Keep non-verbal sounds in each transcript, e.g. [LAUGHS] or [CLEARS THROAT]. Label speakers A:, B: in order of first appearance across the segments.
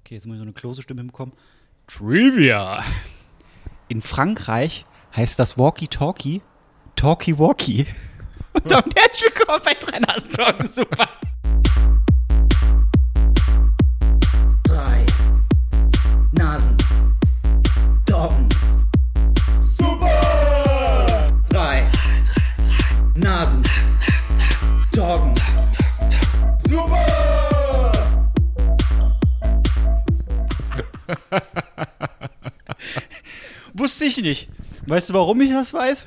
A: Okay, jetzt muss ich so eine klose Stimme hinbekommen.
B: Trivia.
A: In Frankreich heißt das Walkie-Talkie Talkie-Walkie. Und damit herzlich willkommen bei Trainers Talk. Super.
C: drei Nasen. Doggen. Super! Drei Nasen. Doggen.
A: Wusste ich nicht. Weißt du, warum ich das weiß?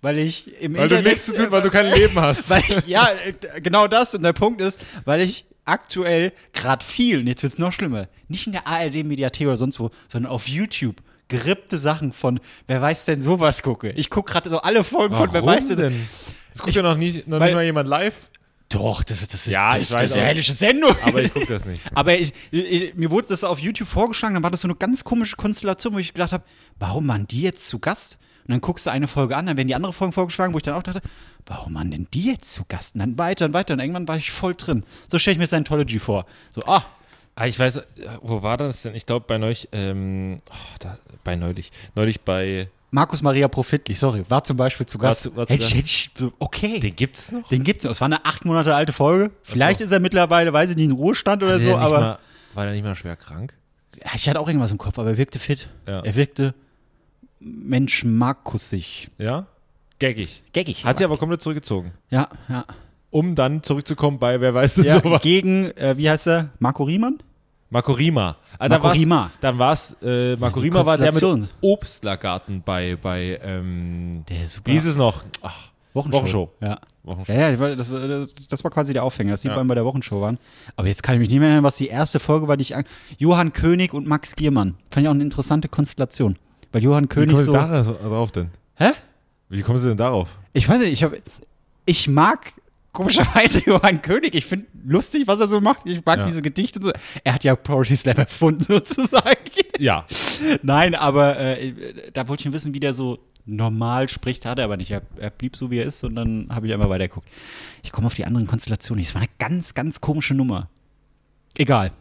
A: Weil ich im
B: Weil du
A: Internet,
B: nichts zu tun, weil du kein Leben [LAUGHS]
A: [LAUGHS]
B: hast.
A: weil ich, ja, äh, genau das. Und der Punkt ist, weil ich aktuell gerade viel, und jetzt wird's noch schlimmer, nicht in der ARD-Mediathek oder sonst wo, sondern auf YouTube gerippte Sachen von Wer weiß denn sowas gucke. Ich gucke gerade so alle Folgen von Wer weiß denn.
B: Das guckt ja noch, nicht, noch
A: weil-
B: nicht mal jemand live.
A: Doch, das, das, das,
B: Ja,
A: das,
B: ich
A: das
B: weiß
A: ist eine
B: auch.
A: herrliche Sendung.
B: Aber ich guck das nicht.
A: [LAUGHS] Aber ich, ich, mir wurde das auf YouTube vorgeschlagen, dann war das so eine ganz komische Konstellation, wo ich gedacht habe, warum waren die jetzt zu Gast? Und dann guckst du eine Folge an, dann werden die andere Folgen vorgeschlagen, wo ich dann auch dachte, warum waren denn die jetzt zu Gast? Und dann weiter und weiter und irgendwann war ich voll drin. So stelle ich mir Scientology vor. So, ah,
B: Ah, ich weiß, äh, wo war das denn? Ich glaube bei neulich, ähm, oh, da, bei neulich, neulich bei,
A: Markus Maria Profitlich, sorry, war zum Beispiel zu
B: War
A: Gast.
B: zu- war zu
A: hätte ich,
B: Gast.
A: hätte ich, so, okay, den,
B: den gibt's noch?
A: gibt's noch. Es war eine acht Monate alte Folge. Vielleicht ist er mittlerweile, weiß ich nicht, in Ruhestand oder
B: Hat der
A: so,
B: nicht
A: aber.
B: mal, war der nicht mal schwer krank?
A: Ja, Ich hatte auch irgendwas im Kopf, aber er wirkte fit.
B: Ja.
A: Er wirkte Mensch Markusig.
B: Ja? Gaggig.
A: Geckig.
B: Hat sie aber komplett zurückgezogen.
A: ja, ja.
B: Um dann zurückzukommen bei, wer weiß
A: [LAUGHS]
B: denn [LAUGHS]
A: ja
B: sowas?
A: gegen, äh, wie heißt er? Marco Riemann?
B: Marco Rima. Ah,
A: Marco Rima.
B: Dann war's, äh, Marco Rima war der mit
A: Konstellation.
B: Obstlergarten bei, bei, ähm,
A: Der ist super.
B: wie hieß es noch? Ach,
A: Wochenshow.
B: Wochenshow.
A: Ja.
B: Wochenshow.
A: Ja, ja, weil das, äh, das war quasi der Aufhänger, dass die
B: Ja.
A: beiden bei der Wochenshow waren. Aber jetzt kann ich mich nicht mehr erinnern, was die erste Folge war, die ich an. Johann König und Max Giermann. Fand ich auch eine interessante Konstellation. Weil Johann
B: Wie
A: König
B: kommen
A: so.
B: Sie da drauf denn?
A: Hä?
B: Wie kommen Sie denn darauf?
A: Ich weiß nicht, ich habe ich mag komischerweise [LAUGHS] Johann König. Ich finde lustig, was er so macht. Ich mag
B: Ja.
A: diese Gedichte und so. Er hat ja Poetry Slam erfunden [LAUGHS] sozusagen.
B: Ja.
A: Nein, aber äh, da wollte ich nur wissen, wie der so normal spricht, hat er aber nicht. Er, er blieb so, wie er ist und dann habe ich einmal weitergeguckt. Ich komme auf die anderen Konstellationen. nicht. Es war eine ganz, ganz komische Nummer. Egal.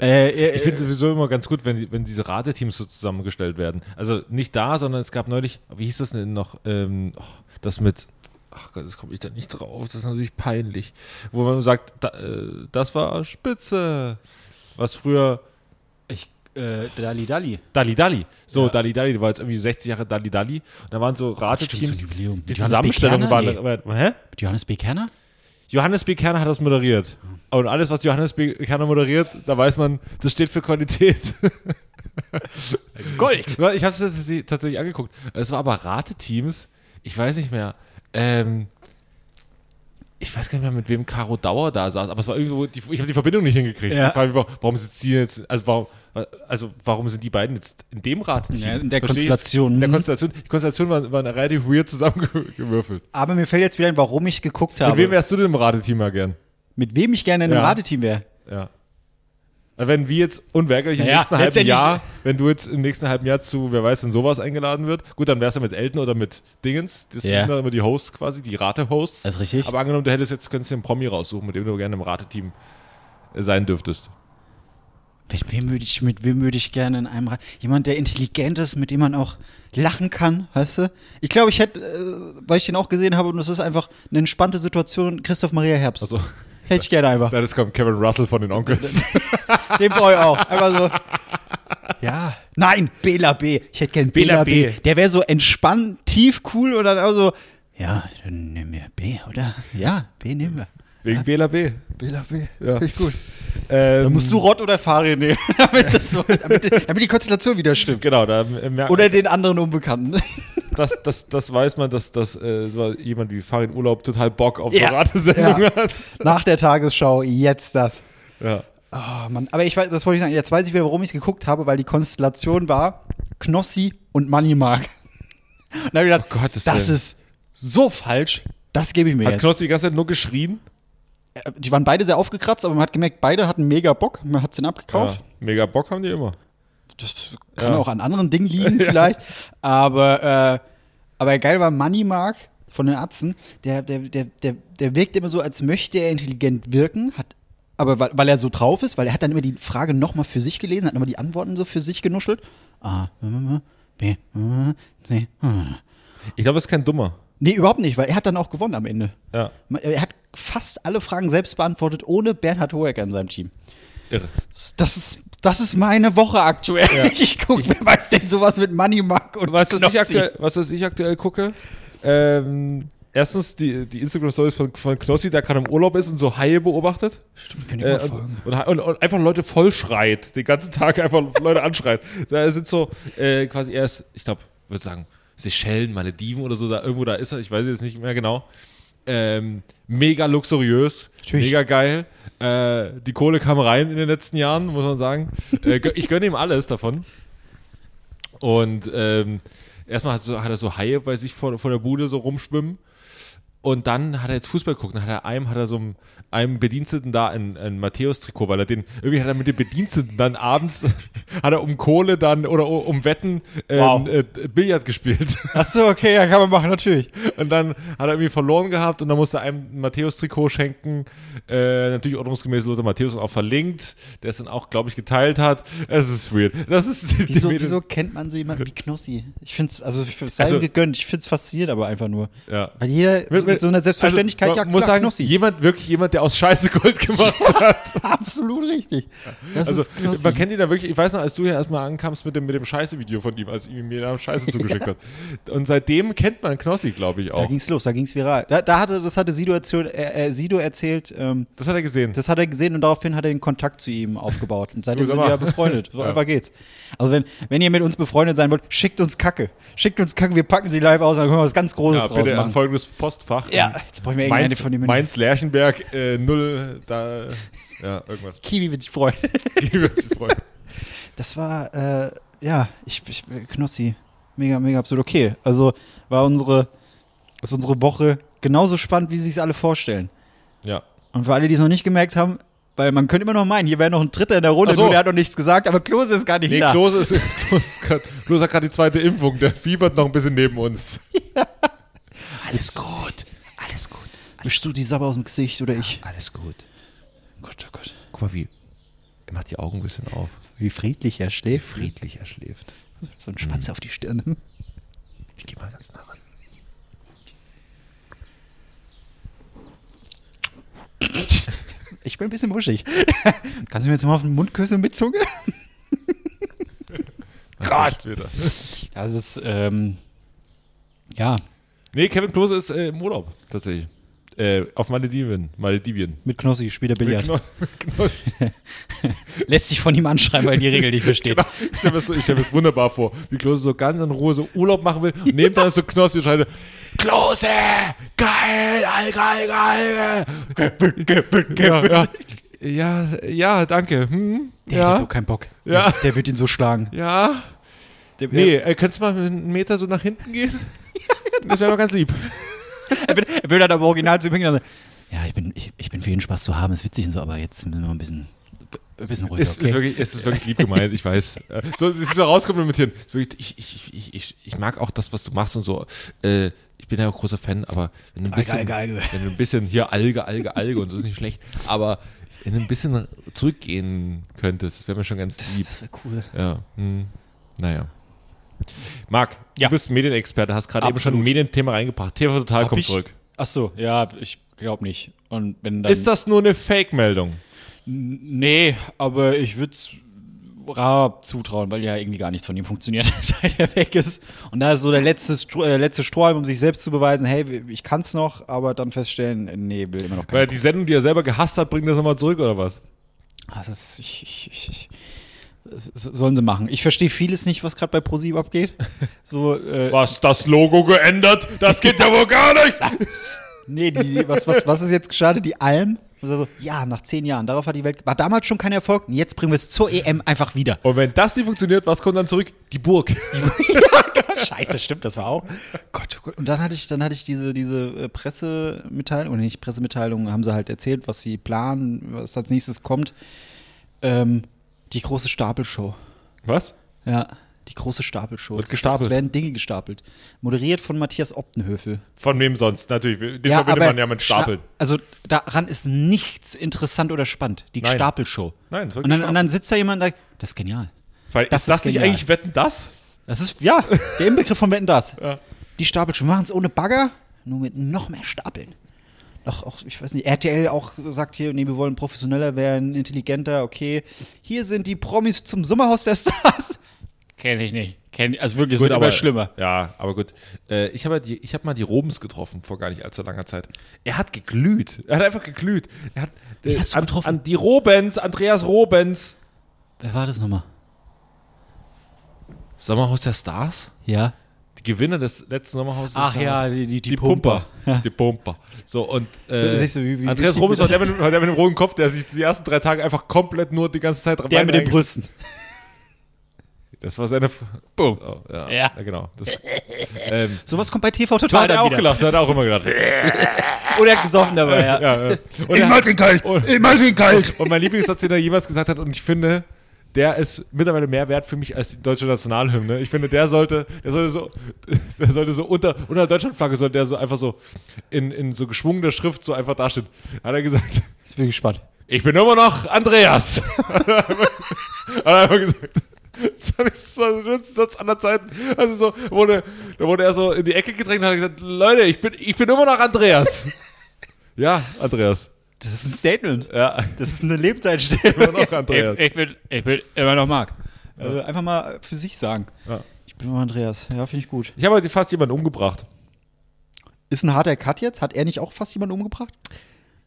A: Äh, äh,
B: Ich finde sowieso immer ganz gut, wenn, die- wenn diese Rateteams so zusammengestellt werden. Also nicht da, sondern es gab neulich, wie hieß das denn noch, ähm, oh, das mit, ach Gott, das komme ich da nicht drauf, das ist natürlich peinlich. Wo man sagt, da, äh, das war Spitze. Was früher
A: ich, äh, Dali Dali.
B: Dali Dali. So,
A: Ja.
B: Dali Dali, da war jetzt irgendwie 60 Jahre Dali Dali. Und da waren so
A: stimmt,
B: Rateteams.
A: so ein Jubiläum.
B: Die
A: Johannes B.
B: Zusammenstellung war,
A: Kerner?
B: war- hä?
A: Mit Johannes B. Kerner?
B: Johannes B. Kerner hat das moderiert. Und alles, was Johannes B. Kerner moderiert, da weiß man, das steht
A: [LAUGHS]
B: für Qualität.
A: Gold!
B: Ja, Ich habe es tatsächlich tatsächlich angeguckt. Es war aber Rateteams. Ich weiß nicht mehr. Ähm, ich weiß gar nicht mehr, mit wem Caro Dauer da saß, aber es war irgendwo, die, ich habe die Verbindung nicht hingekriegt.
A: Ja.
B: Ich frage mich, wa- warum sitzt die jetzt, also warum, also warum sind die beiden jetzt in dem Rateteam?
A: Ja, in der
B: Versteh ich jetzt?
A: Konstellation.
B: In der
A: Mhm.
B: Konstellation. Die Konstellation war, war relativ weird zusammengewürfelt.
A: Aber mir fällt jetzt wieder ein, warum ich geguckt habe.
B: Mit wem wärst du denn im Rateteam mal gern?
A: Mit wem ich gerne in einem
B: Ja.
A: Rateteam wäre.
B: Ja. Also Wenn wir jetzt unweigerlich im
A: Naja,
B: nächsten halben
A: letztendlich-
B: Jahr, wenn du jetzt im nächsten halben Jahr zu wer weiß denn sowas eingeladen wird, gut, dann wär's ja mit Elton oder mit Dingens. Das
A: Ja.
B: sind dann immer die Hosts quasi, die Rate-Hosts.
A: Das ist richtig.
B: Aber angenommen, du hättest jetzt, könntest dir einen Promi raussuchen, mit dem du gerne im Rateteam äh, sein dürftest.
A: Mit wem würde ich, mit wem würde ich gerne in einem Rateteam? Jemand, der intelligent ist, mit dem man auch lachen kann, weißt du? Ich glaube, ich hätte, äh, weil ich den auch gesehen habe, und das ist einfach eine entspannte Situation, Christoph Maria Herbst.
B: Also,
A: hätte ich gerne einfach.
B: ja, das kommt Kevin Russell von den Onkels.
A: Den Boy auch. Einfach so. Ja. Nein, Bela B. Ich hätte gern Bela,
B: Bela
A: B.
B: B.
A: Der wäre so entspannt, tief, cool und dann auch so, ja, dann nehmen wir B, oder? Ja, B nehmen wir.
B: [LAUGHS] Wegen BLAB.
A: Bela B.
B: Ja.
A: gut.
B: Ähm,
A: Musst du Rott oder Fari nehmen, [LAUGHS] damit, das so, Hm. damit, damit die Konstellation wieder stimmt.
B: genau, da äh, merkt
A: Oder den anderen [LAUGHS] Unbekannten.
B: das, das, das weiß man, dass, dass äh, so jemand wie Farin Urlaub total Bock auf
A: Ja.
B: so Ratesendung
A: Ja.
B: hat.
A: Nach der Tagesschau, jetzt das.
B: Ja.
A: Oh Mann. Aber ich weiß, das wollte ich sagen, jetzt weiß ich wieder, warum ich es geguckt habe, weil die Konstellation war Knossi und Money Mark. Und dann habe ich gedacht,
B: Oh Gottes
A: das
B: Willen.
A: ist so falsch, das gebe ich mir
B: Hat
A: jetzt.
B: Knossi die ganze Zeit nur geschrien?
A: Äh, die waren beide sehr aufgekratzt, aber man hat gemerkt, beide hatten mega Bock, man hat den abgekauft.
B: Ja, mega Bock haben die immer.
A: Das kann
B: Ja.
A: auch an anderen Dingen liegen vielleicht. Aber, äh, aber geil war Money Mark von den Atzen. Der, der, der, der, der wirkt immer so, als möchte er intelligent wirken, hat Aber weil, weil er so drauf ist, weil er hat dann immer die Frage nochmal für sich gelesen, hat nochmal die Antworten so für sich genuschelt. A, B, C.
B: Ich glaube, das ist kein Dummer.
A: Nee, überhaupt nicht, weil er hat dann auch gewonnen am Ende.
B: Ja,
A: Er hat fast alle Fragen selbst beantwortet, ohne Bernhard Hoeker in seinem Team.
B: irre.
A: Das ist, das ist meine Woche aktuell. [LAUGHS] Ich gucke, wer weiß denn sowas mit Money Mac und
B: Weißt du, was
A: Knossi?
B: ich aktuell, weißt du, was ich aktuell gucke? Ähm, erstens die, die Instagram-Stories von, von Knossi, der gerade im Urlaub ist und so Haie beobachtet.
A: Stimmt, können die
B: Äh,
A: mal
B: [LAUGHS]
A: folgen.
B: und, und, und einfach Leute vollschreit, den ganzen Tag einfach [LAUGHS] Leute anschreit. Da sind so äh, quasi erst, ich glaube, würde sagen, Seychellen, Malediven oder so, da irgendwo da ist er, ich weiß jetzt nicht mehr genau. Ähm, mega luxuriös,
A: Natürlich.
B: mega geil. Äh, die Kohle kam rein in den letzten Jahren, muss man sagen. Äh, gö- ich gönne ihm alles davon. Und ähm, erstmal hat, so, hat er so Haie bei sich vor, vor der Bude so rumschwimmen. Und dann hat er jetzt Fußball geguckt. Dann hat er einem, hat er so einem, einem Bediensteten da ein, ein Matthäus-Trikot, weil er den, irgendwie hat er mit dem Bediensteten dann abends, [LAUGHS] hat er um Kohle dann oder u- um Wetten äh,
A: Wow.
B: äh, Billard gespielt. [LAUGHS]
A: Ach so, okay, ja, kann man machen, natürlich.
B: Und dann hat er irgendwie verloren gehabt und dann musste er einem ein Matthäus-Trikot schenken. Äh, natürlich ordnungsgemäß Lothar Matthäus und auch verlinkt, der es dann auch, glaube ich, geteilt hat. Es ist weird. Das ist
A: [LAUGHS]
B: die,
A: Wieso,
B: die-
A: wieso kennt man so jemanden wie Knossi? Ich find's, also ich find's
B: Also-
A: also, gegönnt, ich find's faszinierend, aber einfach nur.
B: Ja.
A: Weil jeder Also mit, mit so einer Selbstverständlichkeit
B: also,
A: ja
B: man muss
A: klar,
B: sagen, jemand, wirklich jemand, der aus Scheiße Gold gemacht hat.
A: [LAUGHS] Absolut richtig. Das
B: Also,
A: ist Knossi.
B: man kennt ihn da wirklich. Ich weiß noch, als du hier erstmal ankamst mit dem, mit dem Scheiße-Video von ihm, als ihm mir da Scheiße zugeschickt hat. Und seitdem kennt man Knossi, glaube ich,
A: da
B: auch.
A: ging's los, da ging's viral. Da, da hatte, das hatte Sido erzählt, äh, äh, Sido erzählt ähm,
B: Das hat er gesehen.
A: Das hat er gesehen und daraufhin hat er den Kontakt zu ihm aufgebaut. Und seitdem
B: Du, sag
A: sind
B: mal.
A: wir ja befreundet. So
B: [LAUGHS] Ja.
A: einfach geht's. Also wenn, wenn ihr mit uns befreundet sein wollt, schickt uns Kacke. Schickt uns Kacke, wir packen sie live aus und dann können wir was ganz Großes
B: ja,
A: draus
B: bitte an
A: machen.
B: folgendes Postfach. Ähm,
A: Ja, jetzt brauchen wir irgendeine
B: Mainz,
A: von den
B: Mainz Lerchenberg äh, null da ja
A: [LAUGHS]
B: irgendwas.
A: Kiwi wird sich freuen.
B: Die wird sich freuen.
A: Das war, äh, ja, ich, ich, Knossi, mega, mega absolut okay. Also war unsere, ist unsere Woche genauso spannend, wie sich's alle vorstellen.
B: Ja.
A: Und für alle, die es noch nicht gemerkt haben, weil man könnte immer noch meinen, hier wäre noch ein Dritter in der Runde,
B: Ach so.
A: nur der hat noch nichts gesagt, aber Klose ist gar nicht
B: Nee,
A: da.
B: Klose ist Klose, ist grad- Klose hat gerade die zweite Impfung, der fiebert noch ein bisschen
A: [LAUGHS]
B: neben uns.
A: Alles gut. Alles gut. Wischst du die Sabber aus dem Gesicht oder ich?
B: Alles gut.
A: Gott, Ah, oh Gott.
B: Guck mal, wie er macht die Augen ein bisschen auf.
A: Wie friedlich er schläft. Mhm.
B: Friedlich er schläft.
A: So ein Schwanz auf die Stirn. [LAUGHS]
B: Ich gehe mal ganz nah ran.
A: Ich bin ein bisschen wuschig. [LAUGHS] Kannst du mir jetzt mal auf den Mund küssen mit Zunge?
B: Gott! Wieder.
A: Das ist, ähm, ja,
B: Nee, Kevin Klose ist äh, im Urlaub, tatsächlich. Äh, auf Malediven. Maledivien.
A: mit Knossi spielt er Billard.
B: Kno- [LAUGHS] Kno-
A: Lässt sich von ihm anschreiben, weil er die Regel nicht versteht.
B: Genau. Ich stelle mir, das so, ich stell mir das wunderbar vor, wie Klose so ganz in Ruhe so Urlaub machen will. Und neben dann so Knossi schreite, Klose, geil, geil, geil. Ja, ja. ja, ja, danke. Hm,
A: Der
B: ja,
A: hätte so keinen Bock.
B: Ja.
A: Der wird ihn so schlagen.
B: ja.
A: Der,
B: Nee, äh, könntest du mal einen Meter so nach hinten [LAUGHS] gehen? Das wäre mal ganz lieb.
A: Er wird, er wird dann aber original zu mir sagen, ja, ich bin, ich, ich bin für jeden Spaß zu haben, ist witzig und so, aber jetzt müssen wir ein bisschen, ein bisschen ruhiger,
B: Ist, ist wirklich, es ist wirklich lieb gemeint, ich weiß. Äh, So, es ist so rauskomplimentieren. Es ist wirklich, Ich, ich, ich, ich, ich mag auch das, was du machst und so. Äh, ich bin ja auch großer Fan, aber wenn du ein bisschen,
A: Alge, Alge, Alge.
B: Wenn du ein bisschen hier Alge, Alge, Alge und so ist nicht schlecht, aber wenn du ein bisschen zurückgehen könntest, das wäre mir schon ganz lieb.
A: Das wäre cool.
B: Ja, hm, naja. Marc,
A: Ja.
B: du bist Medienexperte, hast gerade eben schon ein
A: Absolut.
B: Medienthema reingebracht. TV Total
A: Hab
B: kommt
A: ich?
B: zurück.
A: Ach so, ja, ich glaube nicht. Und wenn dann
B: Ist das nur eine Fake-Meldung?
A: nee, aber ich würde es Raab zutrauen, weil ja irgendwie gar nichts von ihm funktioniert, [LAUGHS] seit er weg ist. Und da ist so der letzte, Stro äh, letzte Strohhalm, um sich selbst zu beweisen, hey, ich kann's noch, aber dann feststellen, äh, nee, will immer noch
B: Weil
A: keinen.
B: die Sendung, die er selber gehasst hat, bringt das nochmal zurück oder was?
A: Also, das, ich, ich, ich, ich, das sollen sie machen. Ich verstehe vieles nicht, was gerade bei ProSieb abgeht. So, äh,
B: Was, das Logo geändert? Das geht ja wohl gar nicht!
A: Nee, die, was, was, was ist jetzt geschadet? Die Alm? Und so, ja, nach zehn Jahren. Darauf hat die Welt. War damals schon kein Erfolg. Und jetzt bringen wir es zur EM einfach wieder.
B: Und wenn das nicht funktioniert, was kommt dann zurück? Die Burg.
A: Scheiße, stimmt, das war auch. Gott, oh Gott. Und dann hatte ich, dann hatte ich diese, diese äh, Pressemitteilung, oder nicht Pressemitteilung, haben sie halt erzählt, was sie planen, was als nächstes kommt. Ähm, die große Stapelshow.
B: Was?
A: Ja. Die große Stapelshow.
B: Wird gestapelt.
A: Es werden Dinge gestapelt. Moderiert von Matthias Optenhöfel.
B: Von wem sonst? Natürlich. Den verbindet man ja mit Stapeln.
A: schna- Also daran ist nichts interessant oder spannend. Die
B: Nein.
A: Stapelshow.
B: Nein, es wird
A: und dann,
B: gestapelt.
A: und dann sitzt da jemand und sagt, das ist genial.
B: Weil
A: Das
B: ist das
A: ist
B: nicht
A: genial.
B: eigentlich Wetten, das?
A: Das ist, ja, der Inbegriff von Wetten, [LAUGHS] das.
B: Ja.
A: Die Stapelshow machen es ohne Bagger, nur mit noch mehr Stapeln. Doch, auch, ich weiß nicht, RTL auch sagt hier, nee, wir wollen professioneller werden, intelligenter, okay. Hier sind die Promis zum Sommerhaus der Stars. Kenne ich nicht. [LAUGHS] Kenn, also wirklich, es
B: Ja, aber gut. Äh, ich habe ja die- ich habe mal die Robens getroffen vor gar nicht allzu langer Zeit. Er hat geglüht. Er hat einfach geglüht. Er hat, äh,
A: hast du
B: an,
A: getroffen?
B: an die Robens, Andreas Robens.
A: Wer war das nochmal?
B: Sommerhaus der Stars?
A: Ja.
B: Die Gewinner des letzten Sommerhauses.
A: Ach
B: des
A: ja,
B: Stars.
A: die- die- die
B: Pumper.
A: Pumper. [LAUGHS] Ja.
B: Die Pumper. So, und
A: So,
B: äh,
A: siehst du, wie- wie
B: Andreas
A: wichtig
B: Robens
A: mir
B: war
A: das [LAUGHS]
B: der, mit, war der mit dem roten Kopf, der sich die ersten drei Tage einfach komplett nur die ganze Zeit
A: Der mit den
B: reingeht.
A: Brüsten.
B: Das war seine. Boom. Oh, ja,
A: Ja.
B: ja, genau. Das, ähm,
A: Sowas kommt bei TV
B: da
A: total
B: hat er
A: dann
B: auch
A: wieder.
B: gelacht, da hat er auch
A: [LAUGHS]
B: immer gelacht.
A: Oder gesoffen [LAUGHS] dabei, ja.
B: Ja, ja. Und,
D: Ich mach den kalt.
A: Oh.
D: Ich mach den kalt.
A: Halt.
B: und mein Lieblingssatz, den er jemals gesagt hat, und ich finde, der ist mittlerweile mehr wert für mich als die deutsche Nationalhymne. Ich finde, der sollte, der sollte so, [LAUGHS] der sollte so unter, unter der Deutschlandflagge sollte der so einfach so in, in so geschwungener Schrift so einfach dastehen. Hat er gesagt,
A: Ich bin gespannt.
B: ich bin immer noch Andreas. [LAUGHS] hat er einfach gesagt. Das war nicht- das war der schönste Satz aller Zeiten. Also so, wurde, da wurde er so in die Ecke gedrängt und hat gesagt, Leute, ich bin, ich bin immer noch Andreas. ja, Andreas.
A: Das ist ein Statement.
B: Ja,
A: Das ist eine Lebenseinstellung.
B: [LAUGHS] immer noch Andreas.
A: bin, ich bin immer noch Marc. Also einfach mal für sich sagen.
B: Ja.
A: Ich bin immer Andreas. Ja, finde ich gut.
B: Ich habe heute fast jemanden umgebracht.
A: Ist ein harter Cut jetzt? Hat er nicht auch fast jemanden umgebracht?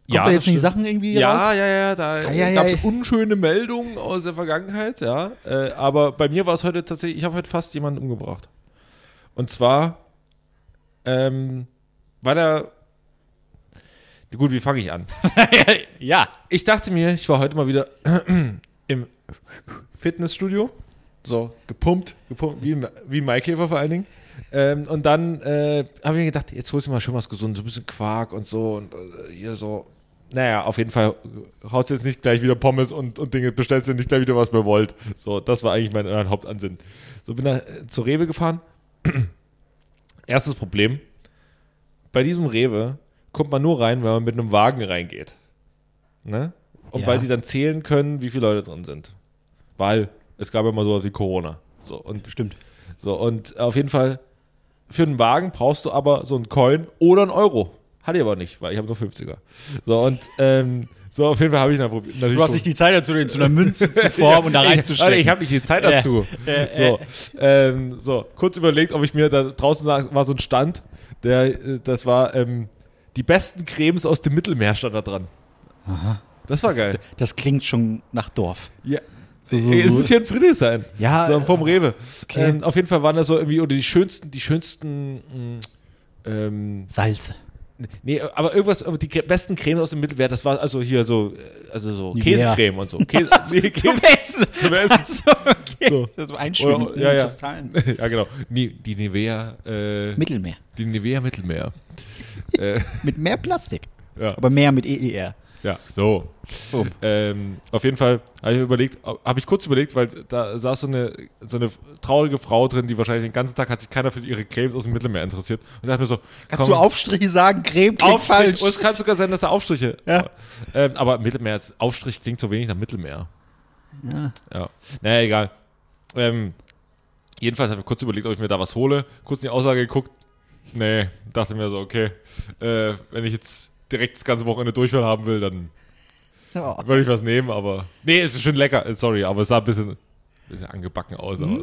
A: Kommt
B: Ja,
A: da
B: das
A: jetzt nicht
B: stimmt.
A: Sachen irgendwie
B: Ja,
A: raus?
B: ja, Ah, ja, da
A: Eieiei.
B: gab es unschöne Meldungen aus der Vergangenheit, ja. Äh, aber bei mir war es heute tatsächlich, ich habe heute fast jemanden umgebracht. Und zwar, ähm, weil er. Gut, wie fange ich an?
A: Ja.
B: Ich dachte mir, ich war heute mal wieder [CLEARS THROAT] im Fitnessstudio. So, gepumpt, gepumpt, wie, wie ein Maikäfer vor allen Dingen. Ähm, und dann äh, habe ich mir gedacht, jetzt holst du mal schön was Gesundes, so ein bisschen Quark und so und äh, hier so. Naja, auf jeden Fall haust jetzt nicht gleich wieder Pommes und, und Dinge, bestellst dir nicht gleich wieder, was man wollt. So, das war eigentlich mein, mein Hauptansinn. So bin da äh, zur Rewe gefahren. [CLEARS THROAT] Erstes Problem. Bei diesem Rewe kommt man nur rein, wenn man mit einem Wagen reingeht. Ne? Und
A: Ja.
B: weil die dann zählen können, wie viele Leute drin sind. Weil es gab ja mal sowas wie Corona. So, und
A: Stimmt.
B: so, und auf jeden Fall, für einen Wagen brauchst du aber so einen Coin oder einen Euro. Hatte ich aber nicht, weil ich habe nur 50er. So, und ähm, so, auf jeden Fall habe ich dann probiert. natürlich
A: Du hast nicht die Zeit dazu, den zu [LAUGHS] einer Münze zu formen
B: [LAUGHS]
A: und da reinzustecken.
B: ich habe nicht die Zeit dazu. so, ähm, so, kurz überlegt, ob ich mir da draußen sag- war so ein Stand, der, äh, das war ähm, die besten Cremes aus dem Mittelmeer stand da dran. Das war geil.
A: das klingt schon nach Dorf.
B: Ja.
A: So, so,
B: Ist
A: so.
B: es hier in Friedrichshain?
A: Ja, äh,
B: So vom Rewe.
A: okay.
B: Ähm, auf jeden Fall waren da so irgendwie, oder die schönsten, die schönsten, mh, ähm,
A: Salze.
B: nee, aber irgendwas, aber die Cre- besten Cremes aus dem Mittelwert, das war also hier so, äh, also so
A: Nivea. [LAUGHS]
B: Käsecreme und so. Käse, nee,
A: Zum
B: Käse,
A: Essen.
B: zum Essen.
A: Achso, okay.
B: So.
A: Das ist Einschwimmen
B: Oder- ja,
A: in
B: ja.
A: Kristallen.
B: [LAUGHS] ja, genau. Ni- Die Nivea, äh,
A: Mittelmeer.
B: die Nivea Mittelmeer. äh,
A: Mit mehr Plastik.
B: ja.
A: Aber mehr mit E EER.
B: Ja, so.
A: Oh.
B: Ähm, auf jeden Fall habe ich mir überlegt, habe ich kurz überlegt, weil da saß so eine, so eine traurige Frau drin, die wahrscheinlich den ganzen Tag hat sich keiner für ihre Cremes aus dem Mittelmeer interessiert. Und dachte mir so,
A: Kannst du Aufstriche sagen? Creme klingt
B: Aufstrich,
A: falsch.
B: Oh, es kann sogar sein, dass da Aufstriche.
A: Ja.
B: Ähm, aber Mittelmeer, jetzt- Aufstrich klingt so wenig nach Mittelmeer. Ja. ja. Naja, egal. Ähm, jedenfalls habe ich kurz überlegt, ob ich mir da was hole. Kurz in die Aussage geguckt. Nee, dachte mir so, okay, äh, wenn ich jetzt direkt das ganze Wochenende Durchfall haben will, dann
A: Ja.
B: würde ich was nehmen, aber. Nee, es ist schon lecker. äh, Sorry, aber es sah ein bisschen, bisschen angebacken aus. Aber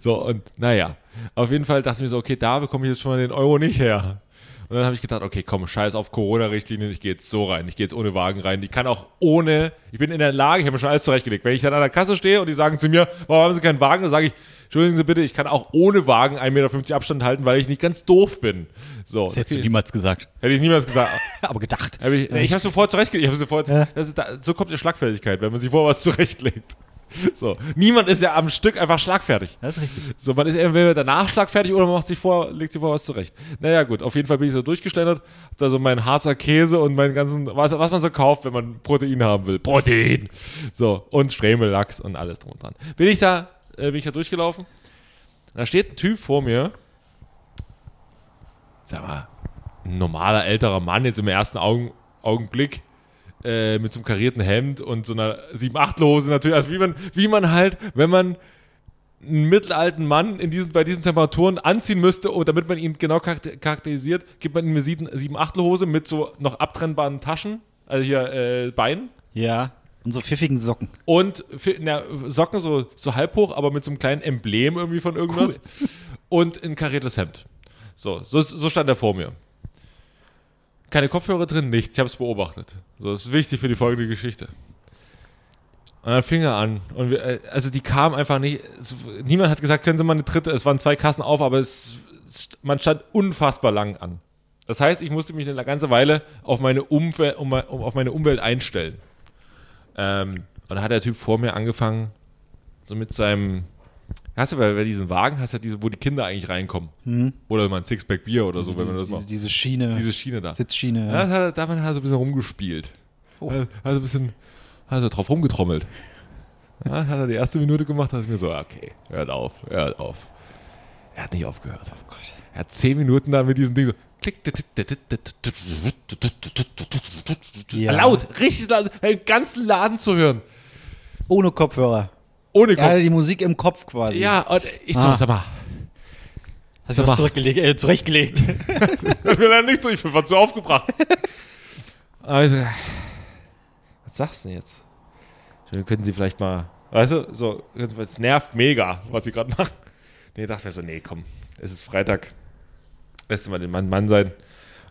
B: So, und naja. Auf jeden Fall dachte ich mir so, okay, da bekomme ich jetzt schon mal den Euro nicht her. Und dann habe ich gedacht, okay, komm, scheiß auf Corona-Richtlinien, ich gehe jetzt so rein, ich gehe jetzt ohne Wagen rein. Ich kann auch ohne, ich bin in der Lage, ich habe mir schon alles zurechtgelegt. Wenn ich dann an der Kasse stehe und die sagen zu mir, warum haben Sie keinen Wagen, dann sage ich, entschuldigen Sie bitte, ich kann auch ohne Wagen 1,50 Meter Abstand halten, weil ich nicht ganz doof bin. So,
A: Das hättest du
B: okay.
A: niemals gesagt.
B: hätte ich niemals gesagt.
A: [LAUGHS] Aber gedacht.
B: Hab ich ich habe sofort zurechtgelegt. Ich hab sofort, das ist, da, so kommt die Schlagfertigkeit, wenn man sich vorher was zurechtlegt. [LAUGHS] So. Niemand ist ja am Stück einfach schlagfertig.
A: Das ist richtig.
B: So, man ist entweder danach schlagfertig oder man macht sich vor, legt sich vor was zurecht. Naja, gut, auf jeden Fall bin ich so durchgeschlendert, hab da so meinen Harzer Käse und meinen ganzen, was, was man so kauft, wenn man Protein haben will. Protein! So, und Stremel, Lachs und alles drum und dran. Bin ich da, äh, bin ich da durchgelaufen Da steht ein Typ vor mir, sag mal, ein normaler älterer Mann jetzt im ersten Augen, Augenblick äh, mit so einem karierten Hemd und so einer 7-8-Hose natürlich, also wie man, wie man halt, wenn man einen mittelalten Mann in diesen, bei diesen Temperaturen anziehen müsste, und damit man ihn genau charakter- charakterisiert, gibt man ihm eine 7-8-Hose mit so noch abtrennbaren Taschen, also hier äh, Beinen
A: Ja. Und so pfiffigen Socken.
B: und fi- na, Socken so, so halb hoch, aber mit so einem kleinen Emblem irgendwie von irgendwas und ein kariertes Hemd. So, so, so stand er vor mir. Keine Kopfhörer drin, nichts. Ich habe es beobachtet. So, das ist wichtig für die folgende Geschichte. Und dann fing er an. Und wir, äh, also die kamen einfach nicht. Es, niemand hat gesagt, können Sie mal eine dritte. Es waren zwei Kassen auf, aber es, es, man stand unfassbar lang an. Das heißt, ich musste mich eine ganze Weile auf meine, Umwel um, um, auf meine Umwelt einstellen. Ähm, und dann hat der Typ vor mir angefangen, so mit seinem. Hast du bei, bei diesen Wagen, hast du ja diese, wo die Kinder eigentlich reinkommen. Oder mal ein Sixpack Bier oder so, wenn man das
A: Mhm. diese,
B: macht.
A: diese Schiene.
B: Diese Schiene da.
A: Sitzschiene.
B: Ja, Oh. das hat, er- damit hat er so ein bisschen rumgespielt. Hat er so ein bisschen hat er so drauf rumgetrommelt. Ja, das hat er die erste Minute gemacht, da ist mir so, okay, hört auf, hört auf. Er hat nicht aufgehört. Oh Gott. Er hat zehn Minuten da mit diesem Ding so. Klick.
A: Ja.
B: Laut, richtig laut, im ganzen Laden zu hören.
A: Ohne Kopfhörer.
B: Ohne
A: Er
B: Kopf.
A: hatte die Musik im Kopf quasi.
B: Ja, und ich so,
A: Ah.
B: sag mal.
A: Hast du was
B: [LAUGHS]
A: zurückgelegt, äh, [LAUGHS] zurechtgelegt?
B: Hat mir dann nicht so, ich bin zu aufgebracht. Also, was sagst du denn jetzt? Dann könnten sie vielleicht mal, weißt du, so, es nervt mega, was sie gerade machen. Nee, dachte mir so, nee, komm, es ist Freitag. Lässt du mal den Mann Mann sein.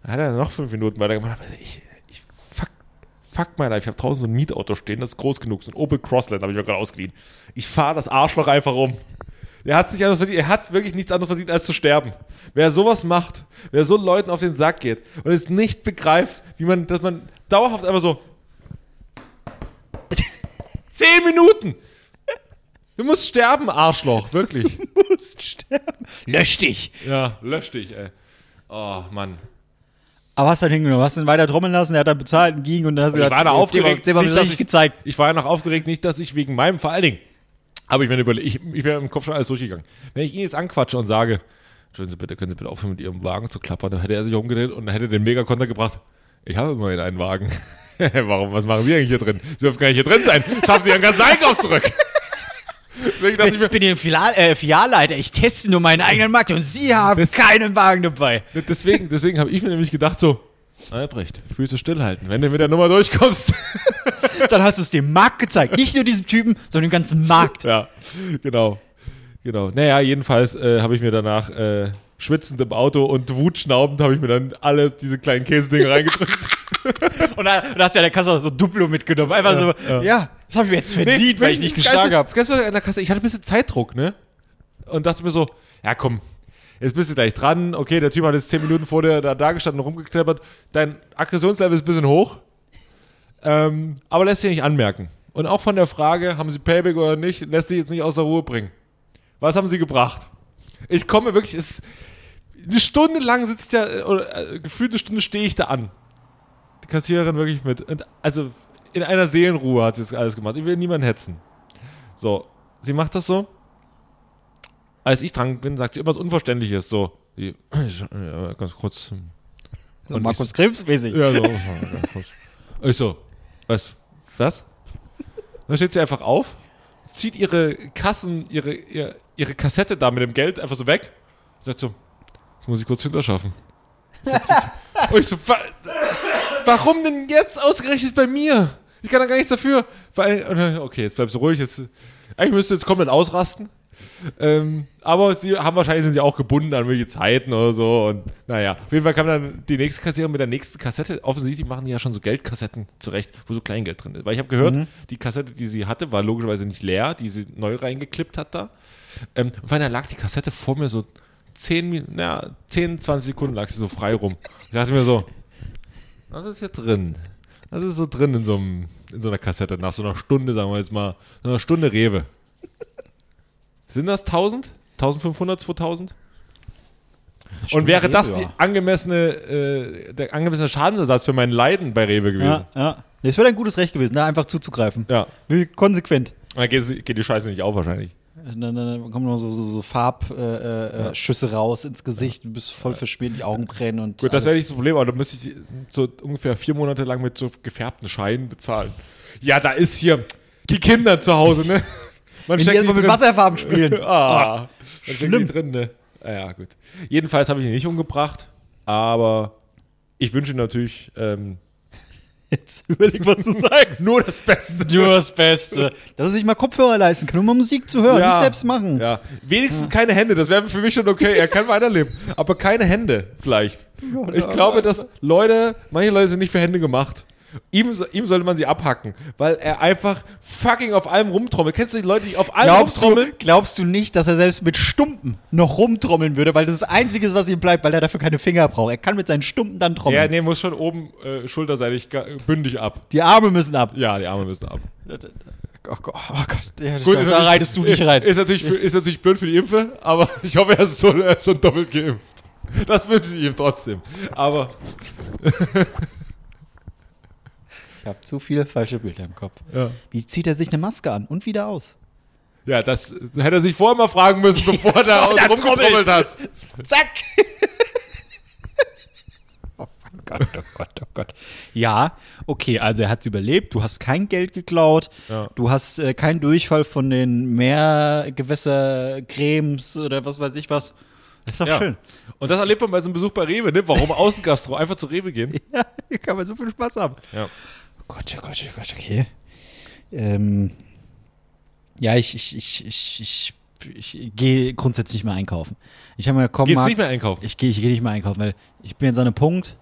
B: Dann hat er noch fünf Minuten weitergemacht. Aber ich, ich fuck, fuck mein Life. Ich habe draußen so ein Mietauto stehen, das ist groß genug. So ein Opel Crossland habe ich mir gerade ausgeliehen. Ich fahre das Arschloch einfach um. Er hat, nicht anders verdient. er hat wirklich nichts anderes verdient, als zu sterben. Wer sowas macht, wer so Leuten auf den Sack geht und es nicht begreift, wie man, dass man dauerhaft einfach so. Zehn Minuten! Du musst sterben, Arschloch, wirklich.
A: musst sterben. Lösch dich.
B: Ja, lösch dich, ey. Oh, Mann.
A: Aber hast du dann hingenommen? Hast du ihn weiter trommeln lassen? Er hat dann bezahlt und ging und dann hast du
B: Also Ich war da aufgeregt.
A: Dem, dem, dem
B: dass
A: richtig gezeigt.
B: Ich war ja noch aufgeregt, nicht, dass ich wegen meinem, vor allen Dingen, aber ich bin, überle- ich, ich bin im Kopf schon alles durchgegangen. Wenn ich ihn jetzt anquatsche und sage, können Sie bitte, können Sie bitte aufhören, mit Ihrem Wagen zu klappern, dann hätte er sich umgedreht und hätte den Megakonter gebracht. Ich habe immerhin einen Wagen. [LAUGHS] Warum, was machen wir eigentlich hier drin? Sie dürfen gar nicht hier drin sein. Schaffen Sie Ihren ganzen Einkauf zurück. [LAUGHS] Deswegen dachte
A: [LAUGHS]
B: ich mir,
A: bin hier ein Filial, äh, Filialleiter. Ich teste nur meinen eigenen Markt und Sie haben keinen Wagen dabei.
B: Deswegen, deswegen habe ich mir nämlich gedacht so, Albrecht, Füße stillhalten. Wenn du mit der Nummer durchkommst,
A: Dann hast du es dem Markt gezeigt. Nicht nur diesem Typen, sondern dem ganzen
B: [LAUGHS]
A: Markt.
B: Ja, genau. Genau. Naja, jedenfalls äh, habe ich mir danach äh, schwitzend im Auto und wutschnaubend habe ich mir dann alle diese kleinen Käsedinge reingedrückt.
A: Und da, und da hast du ja der Kasse auch so Duplo mitgenommen. Einfach so, ja. das habe ich mir jetzt verdient, weil ich nicht geschlagen habe.
B: Das Ganze war in der Kasse, ich hatte ein bisschen Zeitdruck, ne? Und dachte mir so, ja komm, jetzt bist du gleich dran. Okay, der Typ hat jetzt zehn Minuten vor dir da, da gestanden und rumgekleppert. Dein Aggressionslevel ist ein bisschen hoch. Ähm, aber lässt sich nicht anmerken. Und auch von der Frage, haben sie Payback oder nicht, lässt sich jetzt nicht außer Ruhe bringen. Was haben sie gebracht? Ich komme wirklich, es, eine Stunde lang sitze ich da, oder äh, gefühlt eine Stunde stehe ich da an. Die Kassiererin wirklich mit, und, also in einer Seelenruhe hat sie das alles gemacht. Ich will niemanden hetzen. So, sie macht das so. Als ich dran bin, sagt sie irgendwas Unverständliches. So, die, [CLEARS THROAT] ja, ganz kurz.
A: So
B: Und ich-
A: Markus Krebs mäßig.
B: ja, so. ganz kurz. Ich so, Also, was? Was? Dann steht sie einfach auf, zieht ihre Kassen, ihre, ihre, ihre Kassette da mit dem Geld einfach so weg. Sagt so, das muss ich kurz hinterschaffen. Und ich so, wa warum denn jetzt ausgerechnet bei mir? Ich kann da gar nichts dafür. Weil, und dann, okay, jetzt bleibst du ruhig. Jetzt, eigentlich müsste jetzt komplett ausrasten. Ähm, aber sie haben wahrscheinlich sind sie auch gebunden an welche Zeiten oder so. Und naja, auf jeden Fall kam dann die nächste Kassiererin mit der nächsten Kassette. Offensichtlich machen die ja schon so Geldkassetten zurecht, wo so Kleingeld drin ist. Weil ich habe gehört, die Kassette, die sie hatte, war logischerweise nicht leer, die sie neu reingeklippt hat da. Ähm, und vor allem lag die Kassette vor mir so 10, Min- na, 10 20 Sekunden lag sie so frei rum. Ich dachte mir so, was ist hier drin? Was ist so drin in so, einem, in so einer Kassette nach so einer Stunde, sagen wir jetzt mal, so einer Stunde Rewe? Sind das 1000? 1500, 2000? Und wäre das die angemessene, äh, der angemessene Schadensersatz für mein Leiden bei Rewe gewesen?
A: Ja, ja. Nee, Es wäre dein gutes Recht gewesen, da einfach zuzugreifen.
B: Ja.
A: Wie konsequent.
B: Und dann geht, es- geht die Scheiße nicht auf wahrscheinlich.
A: Äh, Dann, dann- dann kommen noch so, so, so Farbschüsse äh, äh, Schüsse raus ins Gesicht, du bist voll verspielt, die Augen brennen und.
B: Gut, das wäre
A: alles.
B: nicht das Problem, aber da müsste ich so ungefähr vier Monate lang mit so gefärbten Scheinen bezahlen. Ja, da ist hier die Kinder zu Hause, ne? [LAUGHS] Man
A: Wenn die erstmal mit
B: drin.
A: Wasserfarben spielen.
B: [LAUGHS] Ah, dann steckt die
A: schlimm.
B: drin, ne? Ah, ja, gut. Jedenfalls habe ich ihn nicht umgebracht, aber ich wünsche ihm natürlich ähm,
A: Jetzt überleg, was du sagst.
B: nur das Beste.
A: Nur das Beste. Dass er sich mal Kopfhörer leisten kann, um mal Musik zu hören, nicht selbst machen.
B: Ja, wenigstens keine Hände, das wäre für mich schon okay. Er kann [LAUGHS] weiterleben, aber keine Hände vielleicht.
A: Oh
B: Und ich glaube, dass Leute, manche Leute sind nicht für Hände gemacht. Ihm, so- ihm sollte man sie abhacken, weil er einfach fucking auf allem rumtrommelt. Kennst du die Leute, die auf allem
A: Glaubst du,
B: rumtrommeln?
A: glaubst du nicht, dass er selbst mit Stumpen noch rumtrommeln würde, weil das das Einzige ist, was ihm bleibt, weil er dafür keine Finger braucht. Er kann mit seinen Stumpen dann
B: Ja,
A: trommeln.
B: nee, muss schon oben äh, schulterseitig ga- bündig ab.
A: Die Arme müssen ab.
B: Ja, die Arme müssen ab.
A: Oh Gott, oh Gott. Ja, da,
B: Gut,
A: da
B: ist natürlich-
A: reitest du dich rein.
B: Ist natürlich, für- ist natürlich blöd für die Impfe, aber [LAUGHS] ich hoffe, er ist schon, er ist schon doppelt geimpft. Das wünsche ich ihm trotzdem. Aber
A: Ich habe zu viele falsche Bilder im Kopf.
B: Ja.
A: Wie zieht er sich eine Maske an und wieder aus?
B: ja, das hätte er sich vorher mal
A: [LAUGHS]
B: fragen müssen, bevor er da
A: der
B: rumgetrommelt
A: trommelt.
B: hat.
A: Zack! [LAUGHS] oh mein Gott, oh Gott, oh Gott. Ja, okay, also er hat überlebt, du hast kein Geld geklaut,
B: Ja.
A: du hast äh, keinen Durchfall von den Meergewässercremes oder was weiß ich was. Das ist doch
B: Ja.
A: schön. [LAUGHS]
B: Und das erlebt man bei so einem Besuch bei Rewe, ne? Warum Außengastro? Einfach zu Rewe gehen.
A: Ja, hier kann man so viel Spaß haben.
B: Ja.
A: Gott, oh Gott, oh Gott, okay. Ähm, ja, ich, ich, ich, ich, ich, ich gehe grundsätzlich nicht mehr einkaufen. Ich habe mir komm,
B: Gehst
A: Marc,
B: nicht mehr einkaufen.
A: ich gehe ich geh nicht mehr einkaufen, weil ich bin jetzt an einem Punkt,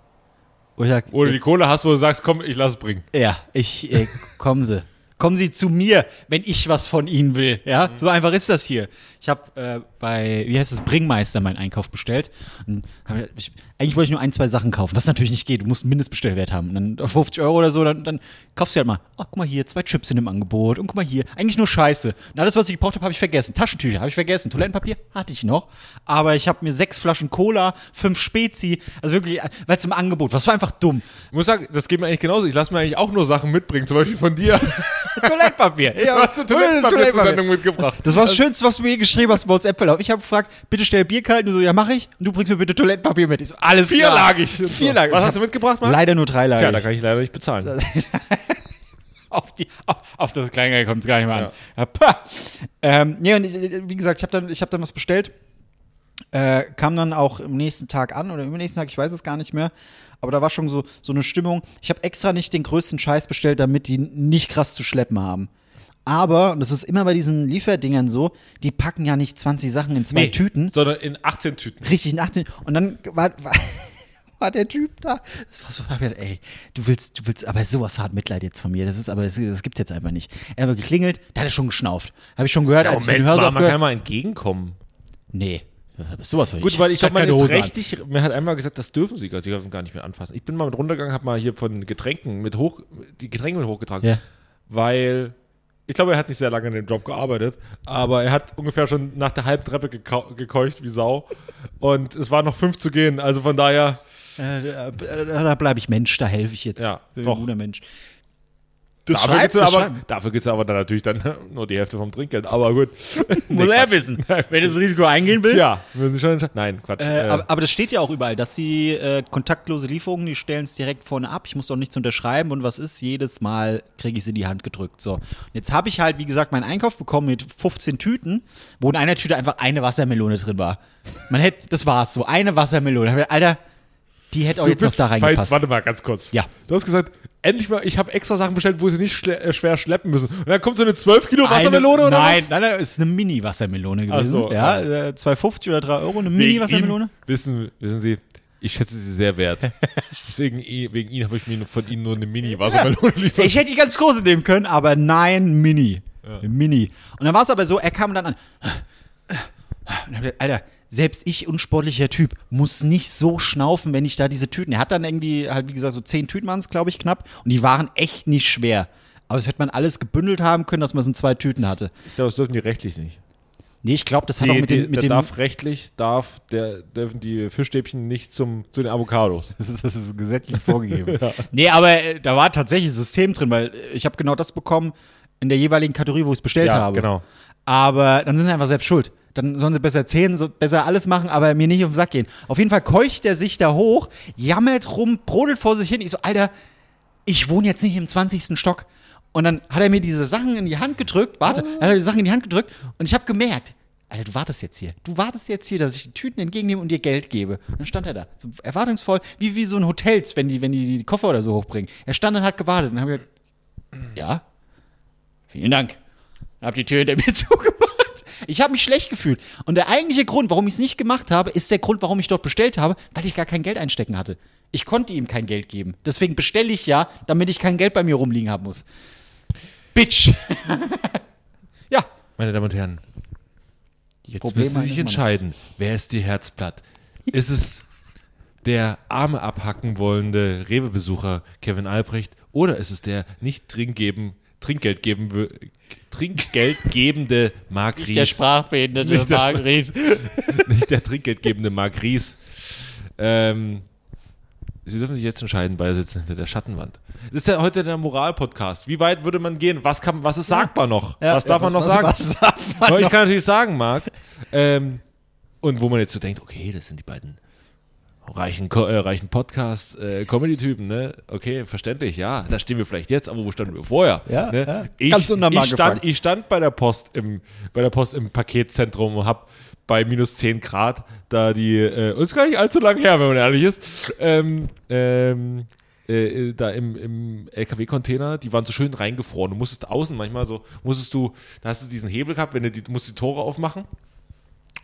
A: wo ich sag,
B: Oder die
A: jetzt-
B: Kohle hast, wo du sagst, komm, ich lass es bringen.
A: Ja, ich, äh, kommen Sie. Kommen Sie zu mir, wenn ich was von Ihnen will. Ja, so einfach ist das hier. Ich habe äh, bei, wie heißt es, Bringmeister meinen Einkauf bestellt. Und hab, ich, eigentlich wollte ich nur ein, zwei Sachen kaufen, was natürlich nicht geht. Du musst einen Mindestbestellwert haben. Und dann auf 50 Euro oder so, dann, dann kaufst du halt mal, oh, guck mal hier, zwei Chips sind im Angebot. Und guck mal hier, eigentlich nur Scheiße. Und alles, was ich gebraucht habe, habe ich vergessen. Taschentücher habe ich vergessen. Toilettenpapier hatte ich noch. Aber ich habe mir sechs Flaschen Cola, fünf Spezi. Also wirklich, weil es im Angebot war. Das war einfach dumm.
B: Ich muss sagen, das geht mir eigentlich genauso. Ich lasse mir eigentlich auch nur Sachen mitbringen, zum Beispiel
A: [LAUGHS]
B: von dir.
A: Toilettenpapier.
B: Du hast du Toilettenpapier zur Sendung Also mitgebracht.
A: Das war das Schönste, was du mir geschrieben hast bei uns Apple. Ich habe gefragt, bitte stell Bier kalt. Und du so, ja, mache ich. Und du bringst mir bitte Toilettenpapier mit. Ich so, alles klar.
B: Vierlagig.
A: Vierlagig.
B: Was hast du mitgebracht, Mann?
A: Leider nur dreilagig.
B: Tja, da kann ich leider nicht bezahlen.
A: [LAUGHS] auf, die, auf, auf das Kleingeld kommt es gar nicht mehr an.
B: Ja.
A: Ja. pah. Ähm, nee, und ich, wie gesagt, ich habe dann, ich hab dann was bestellt. Äh, kam dann auch am nächsten Tag an oder im nächsten Tag, ich weiß es gar nicht mehr. Aber da war schon so, so eine Stimmung. Ich habe extra nicht den größten Scheiß bestellt, damit die nicht krass zu schleppen haben. Aber, und das ist immer bei diesen Lieferdingern so, die packen ja nicht 20 Sachen in zwei Tüten,
B: Sondern in 18 Tüten.
A: Richtig, in 18. Und dann war, war, [LAUGHS] war der Typ da. Das war so, hab ich gedacht, ey, du willst, du willst aber sowas hart Mitleid jetzt von mir. Das ist aber, das, das gibt's jetzt einfach nicht. Er hat geklingelt, da hat er schon geschnauft. Habe ich schon gehört, als ich den Hörsaal abgehört
B: mal entgegenkommen.
A: Nee, das ist sowas von
B: Gut, weil ich
A: hab
B: glaube, man
A: keine
B: ist
A: Hose an.
B: richtig, mir hat einmal gesagt, das dürfen sie gar, sie dürfen gar nicht mehr anfassen. Ich bin mal mit runtergegangen, habe mal hier von Getränken mit hoch, die Getränke mit hochgetragen,
A: Ja.
B: weil ich glaube, er hat nicht sehr lange in dem Job gearbeitet, aber er hat ungefähr schon nach der Halbtreppe gekau- gekeucht wie Sau und es waren noch fünf zu gehen, also von daher,
A: Äh, da da bleibe ich Mensch, da helfe ich jetzt.
B: Ja,
A: Bin
B: doch.
A: ein guter Mensch.
B: dafür
A: schreibt-
B: gibt's dann
A: das
B: aber,
A: schreibt-
B: dafür gibt's aber dann natürlich dann [LAUGHS] nur die Hälfte vom Trinkgeld, aber gut.
A: [LAUGHS] Muss er [LAUGHS] wissen, wenn das Risiko eingehen will.
B: Tja, müssen sie schon, entscheiden. nein, Quatsch.
A: Äh,
B: äh,
A: aber, aber das steht ja auch überall, dass sie äh, kontaktlose Lieferungen, die stellen es direkt vorne ab. Ich muss doch nichts unterschreiben und was ist? Jedes Mal kriege ich es in die Hand gedrückt. So. Und jetzt habe ich halt, wie gesagt, meinen Einkauf bekommen mit 15 Tüten, wo in einer Tüte einfach eine Wassermelone drin war. Man hätte, das war's so, eine Wassermelone. Ich hab gedacht, Alter, die hätte auch jetzt noch da reingepasst.
B: Warte mal, ganz kurz.
A: Ja.
B: Du hast gesagt, endlich mal, ich habe extra Sachen bestellt, wo sie nicht schle äh, schwer schleppen müssen. Und dann kommt so eine 12 Kilo
A: Eine-
B: Wassermelone oder
A: nein,
B: was?
A: Nein, nein, es ist eine Mini-Wassermelone
B: Ach
A: gewesen.
B: so,
A: ja, äh, 2,50 oder 3 Euro, eine Mini-Wassermelone.
B: Ihn, wissen, wissen Sie, ich schätze sie
A: [LAUGHS]
B: sehr wert. Deswegen i- wegen Ihnen habe ich mir nur- von Ihnen nur
A: [LAUGHS]
B: eine Mini-Wassermelone liefert.
A: Ich hätte die ganz große nehmen können, aber nein, Mini. Mini. Und dann war es aber so, er kam dann an. Und dann hab ich gedacht, Alter, selbst ich, unsportlicher Typ, muss nicht so schnaufen, wenn ich da diese Tüten. Er hat dann irgendwie, halt wie gesagt, so zehn Tüten waren es, glaube ich, knapp. Und die waren echt nicht schwer. Aber das hätte man alles gebündelt haben können, dass man es in zwei Tüten hatte.
B: Ich glaube, das dürfen die rechtlich nicht.
A: Nee, ich glaube, das hat auch
B: Die,
A: mit dem.
B: die,
A: Mit
B: da
A: dem
B: darf rechtlich, darf, der, dürfen die Fischstäbchen nicht zum, zu den Avocados.
A: Das ist, das ist [LAUGHS] gesetzlich vorgegeben. Nee, aber äh, da war tatsächlich ein System drin, weil äh, ich habe genau das bekommen. in der jeweiligen Kategorie, wo ich es bestellt
B: Ja,
A: habe.
B: genau.
A: Aber dann sind sie einfach selbst schuld. Dann sollen sie besser erzählen, so besser alles machen, aber mir nicht auf den Sack gehen. Auf jeden Fall keucht er sich da hoch, jammert rum, brodelt vor sich hin. Ich so, Alter, ich wohne jetzt nicht im 20. Stock. Und dann hat er mir diese Sachen in die Hand gedrückt. Warte, dann hat er die Sachen in die Hand gedrückt und ich habe gemerkt, Alter, du wartest jetzt hier. Du wartest jetzt hier, dass ich die Tüten entgegennehme und dir Geld gebe. Und dann stand er da, so erwartungsvoll, wie, wie so ein Hotels, wenn die, wenn die die Koffer oder so hochbringen. Er stand und hat gewartet und dann hab ich gesagt, ja, vielen Dank. Dann hab die Tür hinter [LAUGHS] mir zugemacht. Ich habe mich schlecht gefühlt. Und der eigentliche Grund, warum ich es nicht gemacht habe, ist der Grund, warum ich dort bestellt habe, weil ich gar kein Geld einstecken hatte. Ich konnte ihm kein Geld geben. Deswegen bestelle ich ja, damit ich kein Geld bei mir rumliegen haben muss. Bitch. [LAUGHS] ja.
B: Meine Damen und Herren, jetzt
A: Probleme
B: müssen Sie
A: eines
B: sich
A: Mannes.
B: entscheiden, wer ist die Herzblatt? Ist es der arme abhacken wollende Rewe-Besucher Kevin Albrecht oder ist es der nicht trinkgeben, Trinkgeld geben wö- [LAUGHS] Trinkgeldgebende Marc Ries?
A: Der sprachbehinderte
B: Nicht der
A: Marc Ries.
B: nicht der Trinkgeldgebende Marc Ries. Ähm, Sie dürfen sich jetzt entscheiden, beide sitzen hinter der Schattenwand. Das ist ja heute der Moral-Podcast. Wie weit würde man gehen? Was, kann, was ist sagbar noch? was darf man noch sagen? Aber ich kann natürlich sagen, Marc. Ähm, und wo man jetzt so denkt, okay, das sind die beiden reichen, Ko- äh, reichen Podcast-Comedy-Typen, ne? Okay, verständlich, ja. Da stehen wir vielleicht jetzt, aber wo standen wir vorher?
A: Ja,
B: ne?
A: ja.
B: Ich,
A: Ganz unterm Markt
B: ich, stand,
A: gefangen.
B: ich stand bei der Post im, bei der Post im Paketzentrum und hab bei minus 10 Grad da die, äh, und ist gar nicht allzu lang her, wenn man ehrlich ist, ähm, ähm, äh, da im, im LKW-Container, die waren so schön reingefroren. Du musstest außen manchmal so, musstest du, da hast du diesen Hebel gehabt, wenn du die, du musst die Tore aufmachen,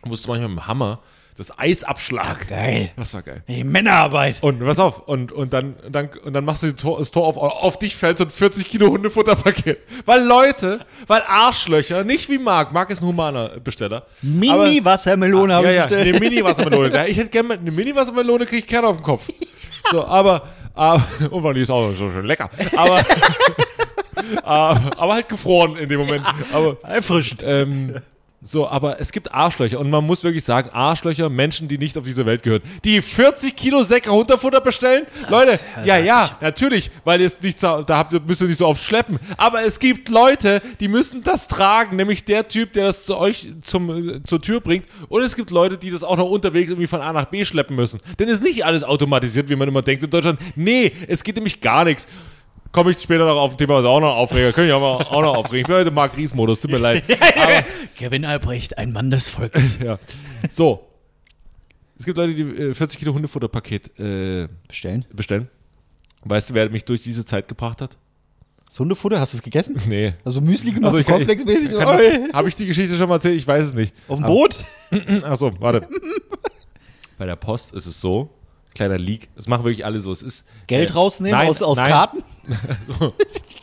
B: musst du manchmal mit dem Hammer das Eis abschlagen.
A: Geil.
B: Das war geil.
A: Hey, Männerarbeit.
B: Und pass auf, und, und, dann, und dann, und dann machst du die Tor, das Tor auf, auf dich fällt so ein 40 Kilo Hundefutterpaket. Weil Leute, weil Arschlöcher, nicht wie Marc, Marc ist ein humaner Besteller. aber-
A: Mini-Wassermelone
B: ja,
A: habe
B: ja,
A: ich bestellt.
B: eine Mini-Wassermelone. Ja, ich hätte gerne mal- eine Mini-Wassermelone, kriege ich keiner auf den Kopf. So, aber, aber [LAUGHS] und weil die ist auch so schön lecker. Aber, aber, aber halt gefroren in dem Moment. Aber,
A: Erfrischend.
B: ähm, so, aber es gibt Arschlöcher und man muss wirklich sagen, Arschlöcher, Menschen, die nicht auf diese Welt gehören, die 40 Kilo Säcke Hunterfutter bestellen. Leute, ja, ja, natürlich, weil ihr es nicht, so- da habt, ihr- müsst ihr nicht so oft schleppen. Aber es gibt Leute, die müssen das tragen, nämlich der Typ, der das zu euch zum, äh, zur Tür bringt. Und es gibt Leute, die das auch noch unterwegs irgendwie von A nach B schleppen müssen. Denn es ist nicht alles automatisiert, wie man immer denkt in Deutschland. Nee, es geht nämlich gar nichts. Komme ich später noch auf ein Thema, was auch noch aufreger. Können ich auch, auch noch aufregen. Ich bin heute im Mark
A: [LAUGHS]
B: Ries-Modus, tut mir leid. Aber,
A: Kevin Albrecht, ein Mann des Volkes.
B: ja. So. Es gibt Leute, die äh, 40 Kilo Hundefutterpaket äh,
A: [LAUGHS] Bestellen.
B: bestellen. Weißt du, wer mich durch diese Zeit gebracht hat? [LAUGHS]
A: Das Hundefutter, hast du es gegessen?
B: Nee.
A: Also Müsli gemacht,
B: Also
A: also
B: ich-
A: [LAUGHS] komplexmäßig.
B: Habe ich die Geschichte schon mal erzählt? Ich weiß es nicht.
A: Auf dem Boot?
B: Achso, warte.
A: [LAUGHS]
B: Bei der Post ist es so, kleiner Leak, das machen wirklich alle so. Es ist
A: Geld
B: äh,
A: rausnehmen
B: nein,
A: aus, aus
B: nein.
A: Karten?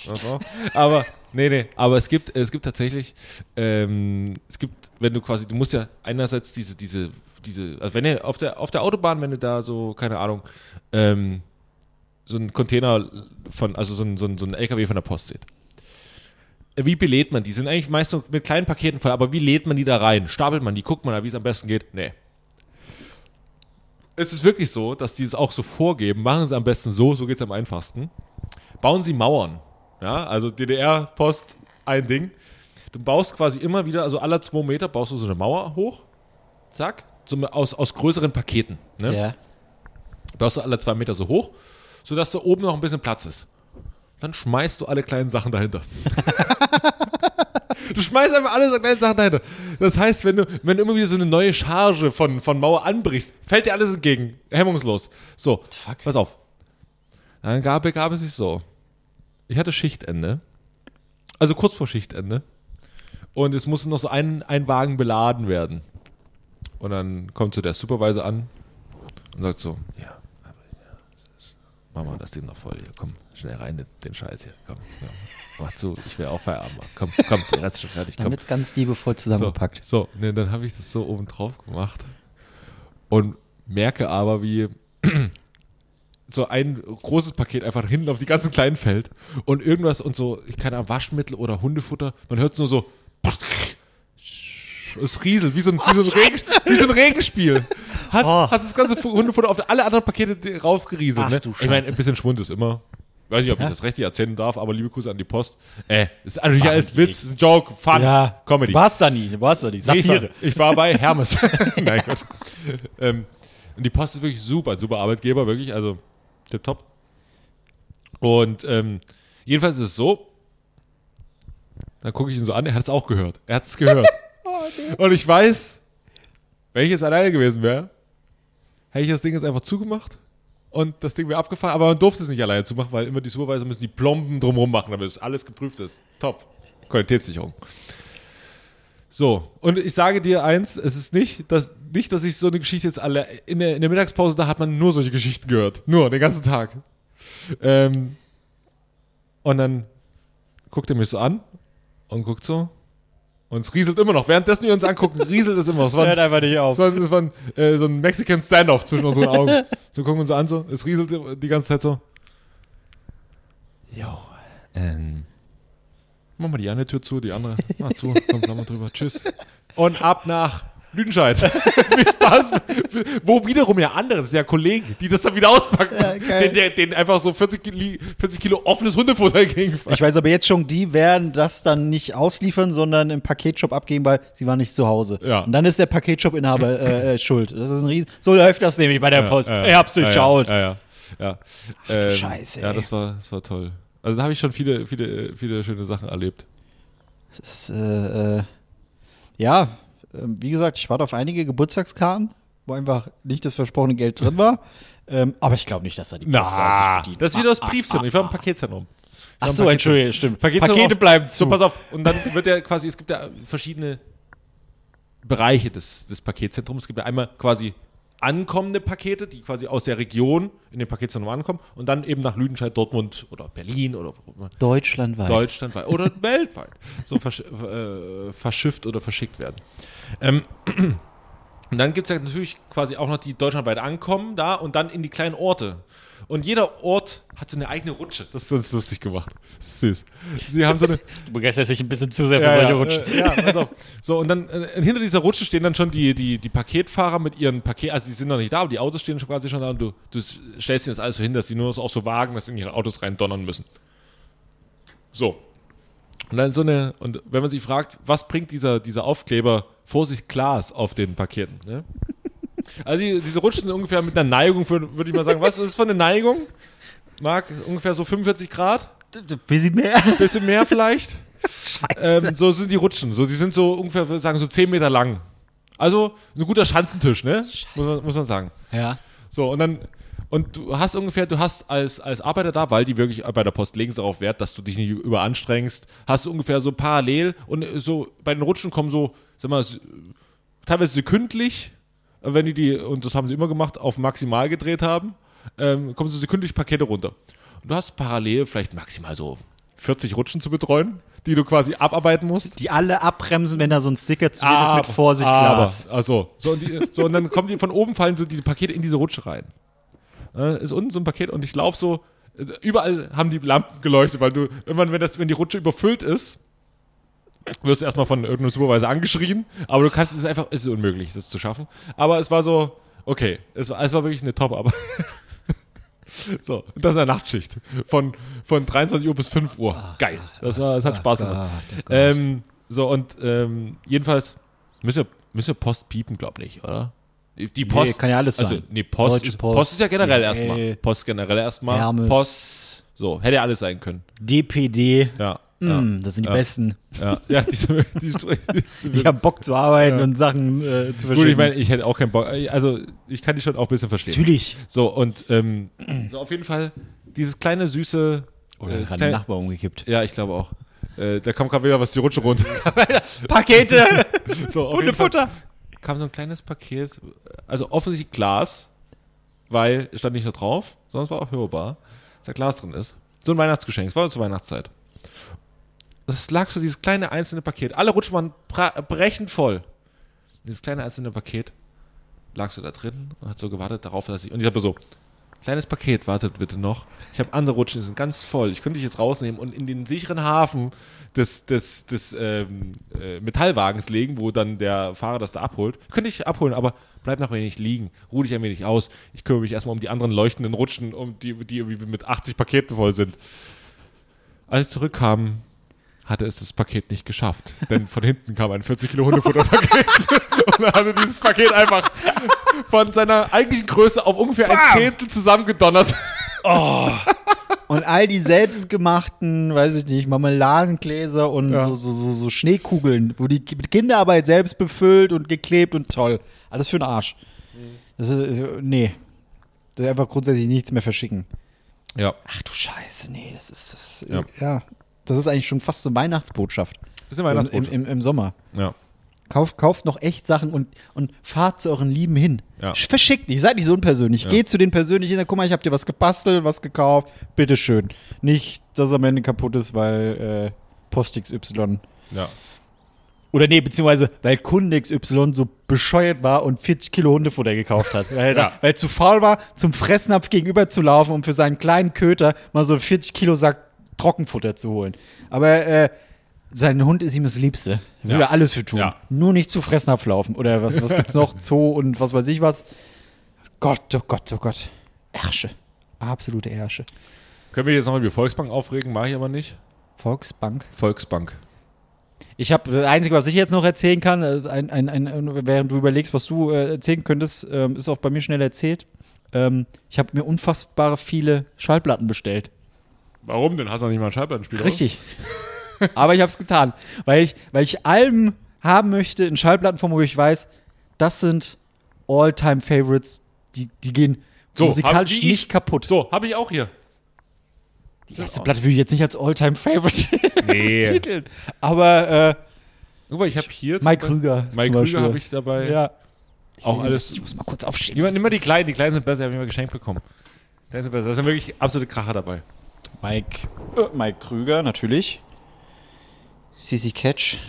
B: Achso. Aber nee, nee, aber es gibt es gibt tatsächlich ähm, es gibt, wenn du quasi du musst ja einerseits diese diese diese also wenn ihr auf der auf der Autobahn, wenn du da so keine Ahnung ähm, so einen Container von also so ein so ein, so ein LKW von der Post seht. Wie belädt man die? Sind eigentlich meist so mit kleinen Paketen voll, aber wie lädt man die da rein? Stapelt man die? Guckt man da, wie es am besten geht? Nee. Es ist wirklich so, dass die es auch so vorgeben. Machen sie am besten so, so geht es am einfachsten bauen sie Mauern. Ja, also DDR-Post, ein Ding. Du baust quasi immer wieder, also alle zwei Meter baust du so eine Mauer hoch. Zack. Zum, aus, aus größeren Paketen. Ne? baust du alle zwei Meter so hoch, sodass da oben noch ein bisschen Platz ist. Dann schmeißt du alle kleinen Sachen dahinter. [LAUGHS] du schmeißt einfach alle so kleinen Sachen dahinter. Das heißt, wenn du, wenn du immer wieder so eine neue Charge von, von Mauer anbrichst, fällt dir alles entgegen. Hemmungslos. So, Fuck. pass auf. Dann gab, begab es sich so. Ich hatte Schichtende. Also kurz vor Schichtende. Und es musste noch so ein, ein Wagen beladen werden. Und dann kommt so der Supervisor an und sagt so, ja, aber ja, das ist, machen wir das Ding noch voll hier, komm, schnell rein, den, den Scheiß hier, komm, ja, mach zu, ich will auch Feierabend machen, komm, komm, der Rest ist schon fertig,
A: Dann
B: komm.
A: wird es ganz liebevoll zusammengepackt.
B: So, so ne, dann habe ich das so oben drauf gemacht und merke aber, wie [CLEARS THROAT] so ein großes Paket einfach hinten auf die ganzen kleinen fällt und irgendwas und so, ich keine Ahnung, Waschmittel oder Hundefutter, man hört es nur so. Es rieselt, wie so ein, wie so ein, Regen, wie so ein Regenspiel. Hat,
A: Oh.
B: hat das ganze Hundefutter auf alle anderen Pakete raufgerieselt.
A: Ach,
B: Ne?
A: du
B: Ich meine,
A: Scheiße.
B: ein bisschen Schwund ist immer. Weiß nicht, ob ich das richtig erzählen darf, aber liebe Grüße an die Post. Äh, ist natürlich alles ein Witz, ist ein Joke, Fun, Comedy.
A: War's da nie, war's da nie.
B: Nee, ich, war,
A: Satire.
B: ich war bei Hermes. Nein, Gott. Ähm, und die Post ist wirklich super, super Arbeitgeber, wirklich, also tipptopp. Und ähm, jedenfalls ist es so, dann gucke ich ihn so an, er hat es auch gehört. Er hat es gehört. Und ich weiß, wenn ich jetzt alleine gewesen wäre, hätte ich das Ding jetzt einfach zugemacht und das Ding wäre abgefahren, aber man durfte es nicht alleine zumachen, weil immer die Supervisor müssen die Plomben drumherum machen, damit es alles geprüft ist. Top. Qualitätssicherung. So, und ich sage dir eins, es ist nicht, dass, nicht, dass ich so eine Geschichte jetzt alle, in der, in der Mittagspause, da hat man nur solche Geschichten gehört. Nur, den ganzen Tag. Ähm, und dann guckt er mich so an und guckt so. Und es rieselt immer noch. Währenddessen wir uns angucken, rieselt es immer noch. Es war
A: Hört einfach nicht auf.
B: es war, es war ein, äh, so ein Mexican Standoff zwischen unseren Augen. [LAUGHS] So gucken wir uns an, so. Es rieselt die ganze Zeit so. Jo. Ähm. Mach mal die eine Tür zu, die andere. Mach zu, komm, mach mal drüber. Tschüss. Und ab nach
A: [LAUGHS]
B: Lüdenscheid. Viel Spaß. Wo wiederum ja andere, das sind ja Kollegen, die das dann wieder auspacken.
A: Ja,
B: müssen.
A: geil.
B: den, der, den einfach so 40 Kilo, 40 Kilo offenes Hundefutter entgegenfallen.
A: Ich weiß aber jetzt schon, die werden das dann nicht ausliefern, sondern im Paketshop abgeben, weil sie waren nicht zu Hause.
B: Ja.
A: Und dann ist der Paketshop-Inhaber [LAUGHS] äh, äh, schuld. Das ist ein Riesen. So läuft das nämlich bei der Post.
B: Ja, ja,
A: ich hab's
B: ja,
A: durchschaut.
B: Ja, ja. ja. Ähm,
A: Scheiße,
B: Ja,
A: ey.
B: das war, das war toll. Also da habe ich schon viele, viele, äh, viele schöne Sachen erlebt.
A: Das, äh, äh, ja, ähm, wie gesagt, ich warte auf einige Geburtstagskarten, wo einfach nicht das versprochene Geld drin war. ähm, aber ich glaube nicht, dass da die Post
B: Na,
A: sich bedient.
B: das ist wieder das Briefzentrum. Ich war im Paketzentrum.
A: Ach so, entschuldige, stimmt.
B: Paketzentrum.
A: Pakete bleiben zu.
B: So, pass auf. Und dann wird ja quasi, es gibt ja verschiedene Bereiche des, des Paketzentrums. Es gibt ja einmal quasi ankommende Pakete, die quasi aus der Region in dem Paketzentrum ankommen und dann eben nach Lüdenscheid, Dortmund oder Berlin oder wo auch immer.
A: Deutschlandweit.
B: deutschlandweit oder weltweit so versch äh, verschifft oder verschickt werden. Ähm, [CLEARS THROAT] und dann gibt es ja natürlich quasi auch noch die deutschlandweit ankommen da und dann in die kleinen Orte. Und jeder Ort hat so eine eigene Rutsche. Das ist uns lustig gemacht. Das ist süß. Sie haben so eine,
A: du begeisterst dich ein bisschen zu sehr für
B: ja,
A: solche
B: ja,
A: Rutschen.
B: Äh, ja, pass auf. So, und dann äh, hinter dieser Rutsche stehen dann schon die, die, die Paketfahrer mit ihren Paket, also die sind noch nicht da, aber die Autos stehen schon quasi schon da und du, du stellst ihnen das alles so hin, dass sie nur so auch so Wagen, dass sie in ihre Autos rein donnern müssen. So. Und dann so eine, und wenn man sich fragt, was bringt dieser, dieser Aufkleber Vorsicht Glas auf den Paketen, ne? Also die, diese Rutschen sind ungefähr mit einer Neigung, für, würde ich mal sagen, was ist das für eine Neigung? Marc, ungefähr so 45 Grad?
A: Bisschen mehr.
B: Bisschen mehr vielleicht. ähm, so sind die Rutschen. So, die sind so ungefähr, würde ich sagen, so 10 Meter lang. Also ein guter Schanzentisch, ne? Muss man, muss man sagen.
A: Ja.
B: So, und dann, und du hast ungefähr, du hast als, als Arbeiter da, weil die wirklich bei der Post legen sie darauf Wert, dass du dich nicht überanstrengst, hast du ungefähr so parallel und so bei den Rutschen kommen so, sag mal, s- teilweise sekündlich, äh, wenn die die, und das haben sie immer gemacht, auf maximal gedreht haben, ähm, kommen so sekündlich Pakete runter. Und du hast parallel vielleicht maximal so 40 Rutschen zu betreuen, die du quasi abarbeiten musst
A: Die alle abbremsen, wenn da so ein Sticker zu sehen
B: Ah,
A: ist mit Vorsicht, Glas.
B: also so und, die, so und dann kommen die von oben fallen so diese Pakete in diese Rutsche rein. Äh, ist unten so ein Paket und ich laufe so äh, überall haben die Lampen geleuchtet, weil du irgendwann wenn das wenn die Rutsche überfüllt ist, wirst du erstmal von irgendeinem Supervisor angeschrien, aber du kannst es ist einfach es ist unmöglich das zu schaffen, aber es war so okay, es war es war wirklich eine Top Arbeit. [LAUGHS] So, und das ist eine Nachtschicht von, von 23 Uhr bis 5 Uhr.
A: Ah,
B: Geil. Das, war, das hat Spaß gemacht.
A: oh
B: ähm, so, und ähm, jedenfalls müssen wir, müssen wir Post piepen, glaube ich, oder? Die die Post.
A: kann ja alles
B: also,
A: sein.
B: Nee, Post
A: Deutsche
B: ist, Post.
A: Post,
B: ist ja generell
A: DHL,
B: erstmal. Post generell erstmal.
A: Hermes.
B: äh, Post. So, hätte ja alles sein können.
A: DPD.
B: Ja.
A: Mm, das sind die
B: Ja.
A: Besten.
B: Ja, ja diese, diese,
A: Die haben Bock zu arbeiten und Sachen äh, zu verschieben.
B: Gut, ich meine, ich hätte auch keinen Bock. Also, ich kann die schon auch ein bisschen verstehen.
A: Natürlich.
B: So, und ähm, so auf jeden Fall dieses kleine, süße. äh, das kleine-
A: Nachbar umgekippt.
B: Ja, ich glaube auch. Äh, da kam gerade wieder was die Rutsche runter. [LAUGHS]
A: [LAUGHS] Pakete!
B: so, auf jeden Fall
A: Hundefutter!
B: kam so ein kleines Paket, also offensichtlich Glas, weil es stand nicht nur drauf, sondern es war auch hörbar, dass da Glas drin ist. So ein Weihnachtsgeschenk, es war zur Weihnachtszeit. Das lag so dieses kleine einzelne Paket. Alle Rutschen waren pra- brechend voll. Dieses kleine einzelne Paket lag so da drin und hat so gewartet darauf, dass ich. Und ich habe so, kleines Paket, wartet bitte noch. Ich habe andere Rutschen, die sind ganz voll. Ich könnte dich jetzt rausnehmen und in den sicheren Hafen des, des, des ähm, äh, Metallwagens legen, wo dann der Fahrer das da abholt. Könnte ich abholen, aber bleib noch ein wenig liegen. Ruh dich ein wenig aus. Ich kümmere mich erstmal um die anderen leuchtenden Rutschen, um die, die irgendwie mit 80 Paketen voll sind. Als ich zurückkam, hatte es das Paket nicht geschafft. Denn von hinten kam ein 40 Kilo Hundefutterpaket [LAUGHS] und er hatte dieses Paket einfach von seiner eigentlichen Größe auf ungefähr ein Zehntel zusammengedonnert.
A: Und all die selbstgemachten, weiß ich nicht, Marmeladengläser und so, so, so, so Schneekugeln, wo die mit Kinderarbeit selbst befüllt und geklebt und toll. Alles für den Arsch.
B: Mhm.
A: Das ist, ist- nee. Das ist einfach grundsätzlich nichts mehr verschicken.
B: Ja,
A: Ach du Scheiße, nee, das ist das. äh,
B: Ja.
A: Ja. das ist eigentlich schon fast so Weihnachtsbotschaft.
B: ist ein
A: So im-
B: Weihnachtsboot.
A: Im, im, Im Sommer.
B: Ja.
A: Kauft, kauft noch echt Sachen und, und fahrt zu euren Lieben hin.
B: Ja.
A: Sch- Verschickt nicht, seid nicht so unpersönlich. Geht zu denen persönlich hin, sag, guck mal, ich hab dir was gebastelt, was gekauft. Bitteschön. Nicht, dass am Ende kaputt ist, weil äh, Post XY.
B: ja.
A: Oder nee, beziehungsweise, weil Kunde XY so bescheuert war und 40 Kilo Hundefutter gekauft hat. Weil, er-
B: Ja.
A: weil er zu faul war, zum Fressnapf gegenüber zu laufen, um für seinen kleinen Köter mal so einen 40 Kilo Sack Trockenfutter zu holen. Aber äh, sein Hund ist ihm das Liebste. Er Würde
B: Ja.
A: alles für tun.
B: Ja.
A: Nur nicht zu Fressnapf laufen. Oder was, was gibt's
B: [LAUGHS]
A: noch? Zoo und was weiß ich was. Gott, oh Gott, oh Gott. Ärsche. Absolute Ärsche.
B: Können wir jetzt nochmal über die Volksbank aufregen? Mache ich aber nicht.
A: Volksbank.
B: Volksbank.
A: Ich habe das Einzige, was ich jetzt noch erzählen kann, äh, ein, ein, ein, während du überlegst, was du äh, erzählen könntest, ähm, ist auch bei mir schnell erzählt. Ähm, ich habe mir unfassbare viele Schallplatten bestellt.
B: Warum denn? Hast du noch nicht mal einen Schallplattenspieler?
A: Richtig. [LAUGHS] Aber ich habe es getan, weil ich, weil ich Alben haben möchte in Schallplattenform, wo ich weiß, das sind All-Time-Favorites, die, die gehen
B: So,
A: musikalisch
B: hab die ich-
A: nicht kaputt.
B: So, habe ich auch hier.
A: Die erste Platte würde ich jetzt nicht als All-Time-Favorite [LAUGHS]
B: Nee.
A: titeln, aber
B: Guck mal, ich habe hier.
A: äh,
B: zum
A: Mike
B: Beispiel-
A: Krüger
B: Mike
A: zum
B: Krüger
A: Beispiel.
B: habe ich dabei.
A: Ja.
B: Auch alles.
A: Ich muss mal kurz aufstehen.
B: Nimm, nimm mal die Kleinen. Die Kleinen sind besser. Die habe ich mal geschenkt bekommen. Die Kleinen sind besser. Da sind wirklich absolute Kracher dabei.
A: Mike, äh, Mike Krüger, natürlich. Sissy Catch.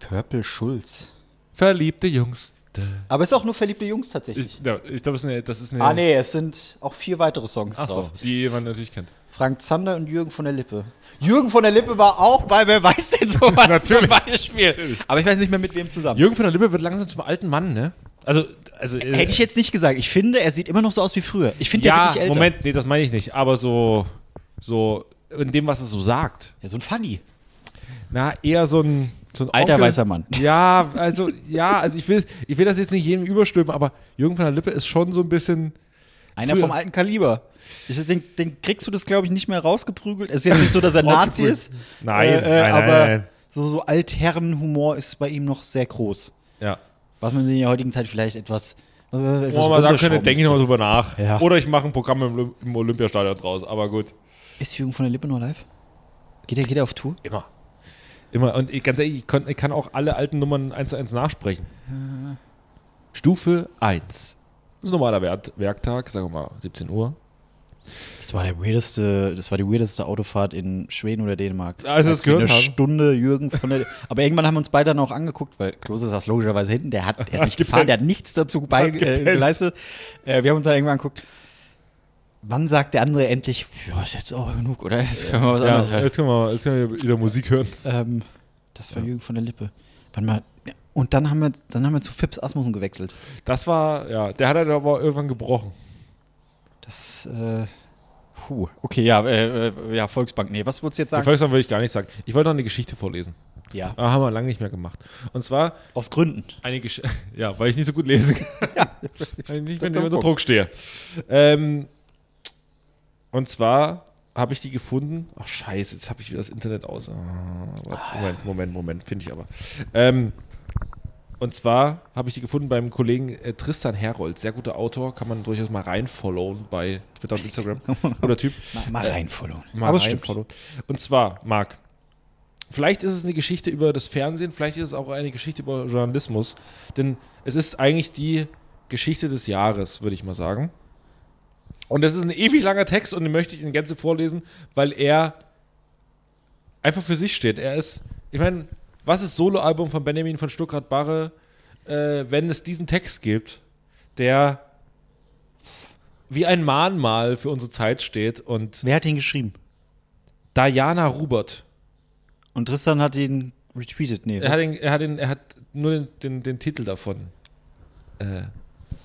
A: Purple Schulz.
B: Verliebte Jungs.
A: Aber es ist auch nur verliebte Jungs tatsächlich.
B: Ich, ja, ich glaube, das ist eine. Das ist eine
A: ah, nee, es sind auch vier weitere Songs
B: Ach so,
A: drauf.
B: die man natürlich kennt.
A: Frank Zander und Jürgen von der Lippe. Jürgen von der Lippe war auch bei Wer weiß denn sowas
B: Natürlich.
A: zum Beispiel. Aber ich weiß nicht mehr mit wem zusammen.
B: Jürgen von der Lippe wird langsam zum alten Mann, ne? Also, also. äh,
A: Hätte ich jetzt nicht gesagt. Ich finde, er sieht immer noch so aus wie früher. Ich finde, der
B: ja,
A: wird nicht älter.
B: Moment, nee, das meine ich nicht. Aber so, so in dem, was es so sagt.
A: Ja, so ein Funny.
B: Na, eher so ein, so ein
A: Alter
B: Onkel.
A: weißer Mann.
B: Ja, also, ja, also ich will, ich will das jetzt nicht jedem überstülpen, aber Jürgen von der Lippe ist schon so ein bisschen.
A: Einer
B: Früher.
A: vom alten Kaliber. Ich, den, den kriegst du das, glaube ich, nicht mehr rausgeprügelt. Es ist jetzt nicht so, dass
B: [LAUGHS]
A: er Nazi ist. Äh,
B: Nein, nein,
A: aber
B: nein.
A: So, so Altherrenhumor ist bei ihm noch sehr groß.
B: Ja.
A: Was man sich in der heutigen Zeit vielleicht etwas. Äh, etwas
B: Wo man sagen könnte,
A: runterschrauben
B: denke ich nochmal drüber nach.
A: Ja.
B: Oder ich mache ein Programm im, Olymp- im Olympiastadion draus, aber gut.
A: müsste. Ist Jürgen von der Lippe noch live? Geht er geht er auf Tour?
B: Immer. Immer. Und ich, ganz ehrlich, ich, kon- ich kann auch alle alten Nummern eins zu eins nachsprechen.
A: Äh.
B: Stufe 1. Das ist ein normaler Wert, Werktag, sagen wir mal 17 Uhr.
A: Das war der weirdeste, das war die weirdeste Autofahrt in Schweden oder Dänemark.
B: Als wir das
A: wir
B: gehört
A: eine
B: haben.
A: Stunde Jürgen von der. Aber irgendwann haben wir uns beide dann auch angeguckt, weil Klose saß logischerweise hinten, der hat, der ist nicht gefahren, der hat nichts dazu bei, äh, geleistet. Äh, wir haben uns dann irgendwann angeguckt. Wann sagt der andere endlich, ja, ist jetzt auch genug, oder? Jetzt können wir was anderes hören.
B: jetzt können wir, jetzt können wir wieder Musik hören.
A: Ähm, das war Jürgen von der Lippe. Wann mal. Und dann haben wir, dann haben wir zu Fips Asmussen gewechselt.
B: Das war, ja, der hat halt aber irgendwann gebrochen.
A: Das, äh, puh. Okay, ja, äh, äh, ja, Volksbank. Nee, was würdest du jetzt
B: Den
A: sagen?
B: Volksmann würde ich gar nicht sagen. Ich wollte noch eine Geschichte vorlesen.
A: Ja,
B: Aber haben wir lange nicht mehr gemacht. Und zwar
A: aus Gründen.
B: eine Geschichte. [LAUGHS] Ja, weil ich nicht so gut lesen kann. [LAUGHS] Weil ich nicht, wenn ich
A: Das ist
B: unter
A: ein
B: Druck stehe. Ähm, und zwar habe ich die gefunden. Ach, scheiße, jetzt habe ich wieder das Internet aus. Ah, warte, Moment, Moment, Moment, finde ich aber. Ähm, und zwar habe ich die gefunden beim Kollegen äh, Tristan Herold. Sehr guter Autor, kann man durchaus mal reinfollowen bei Twitter und Instagram. Guter Typ.
A: Mal, mal reinfollowen.
B: Mal reinfollowen. Und zwar, Marc, vielleicht ist es eine Geschichte über das Fernsehen, vielleicht ist es auch eine Geschichte über Journalismus, denn es ist eigentlich die Geschichte des Jahres, würde ich mal sagen. Und das ist ein ewig langer Text und den möchte ich in Gänze vorlesen, weil er einfach für sich steht. Er ist, ich meine, was ist Soloalbum von Benjamin von Stuckrad-Barre, äh, wenn es diesen Text gibt, der wie ein Mahnmal für unsere Zeit steht. Und
E: Wer hat ihn geschrieben?
B: Diana Rubert,
E: Und Tristan hat ihn retweetet. Nee,
B: er
A: [LAUGHS]
B: hat,
E: was?
B: ihn, er hat, ihn, er hat nur den, den, den Titel davon äh,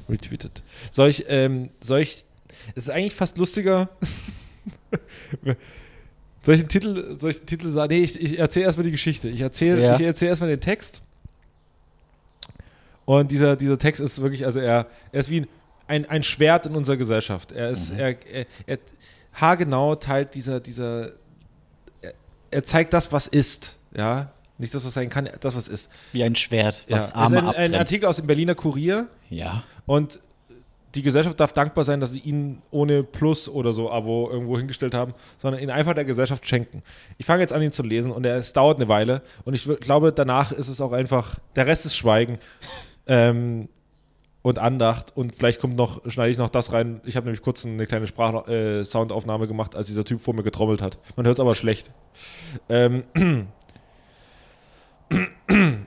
B: retweetet. Soll ich, ähm, soll ich, es ist eigentlich fast lustiger. [LAUGHS] soll ich den Titel, soll ich den Titel sagen? Nee, ich, ich erzähle erstmal die Geschichte. Ich erzähle
E: Ja.
B: ich erzähl erstmal den Text. Und dieser, dieser Text ist wirklich, also er, er ist wie ein, ein, ein Schwert in unserer Gesellschaft. Er
E: Mhm.
B: ist, er, er, er, haargenau teilt dieser, dieser, er, er zeigt das, was ist, ja. Nicht das, was sein kann, das, was ist.
E: wie ein Schwert,
B: Ja,
E: was
B: das
E: Arme
B: ist ein, ein
E: abtrennt.
B: Artikel aus dem Berliner Kurier
E: ja.
B: und die Gesellschaft darf dankbar sein, dass sie ihn ohne Plus oder so Abo irgendwo hingestellt haben, sondern ihn einfach der Gesellschaft schenken. Ich fange jetzt an, ihn zu lesen und er- es dauert eine Weile und ich wür- glaube, danach ist es auch einfach, der Rest ist Schweigen ähm, und Andacht und vielleicht kommt noch, schneide ich noch das rein. Ich habe nämlich kurz eine kleine Sprach äh, Soundaufnahme gemacht, als dieser Typ vor mir getrommelt hat. Man hört es aber schlecht. Ähm, [CLEARS THROAT]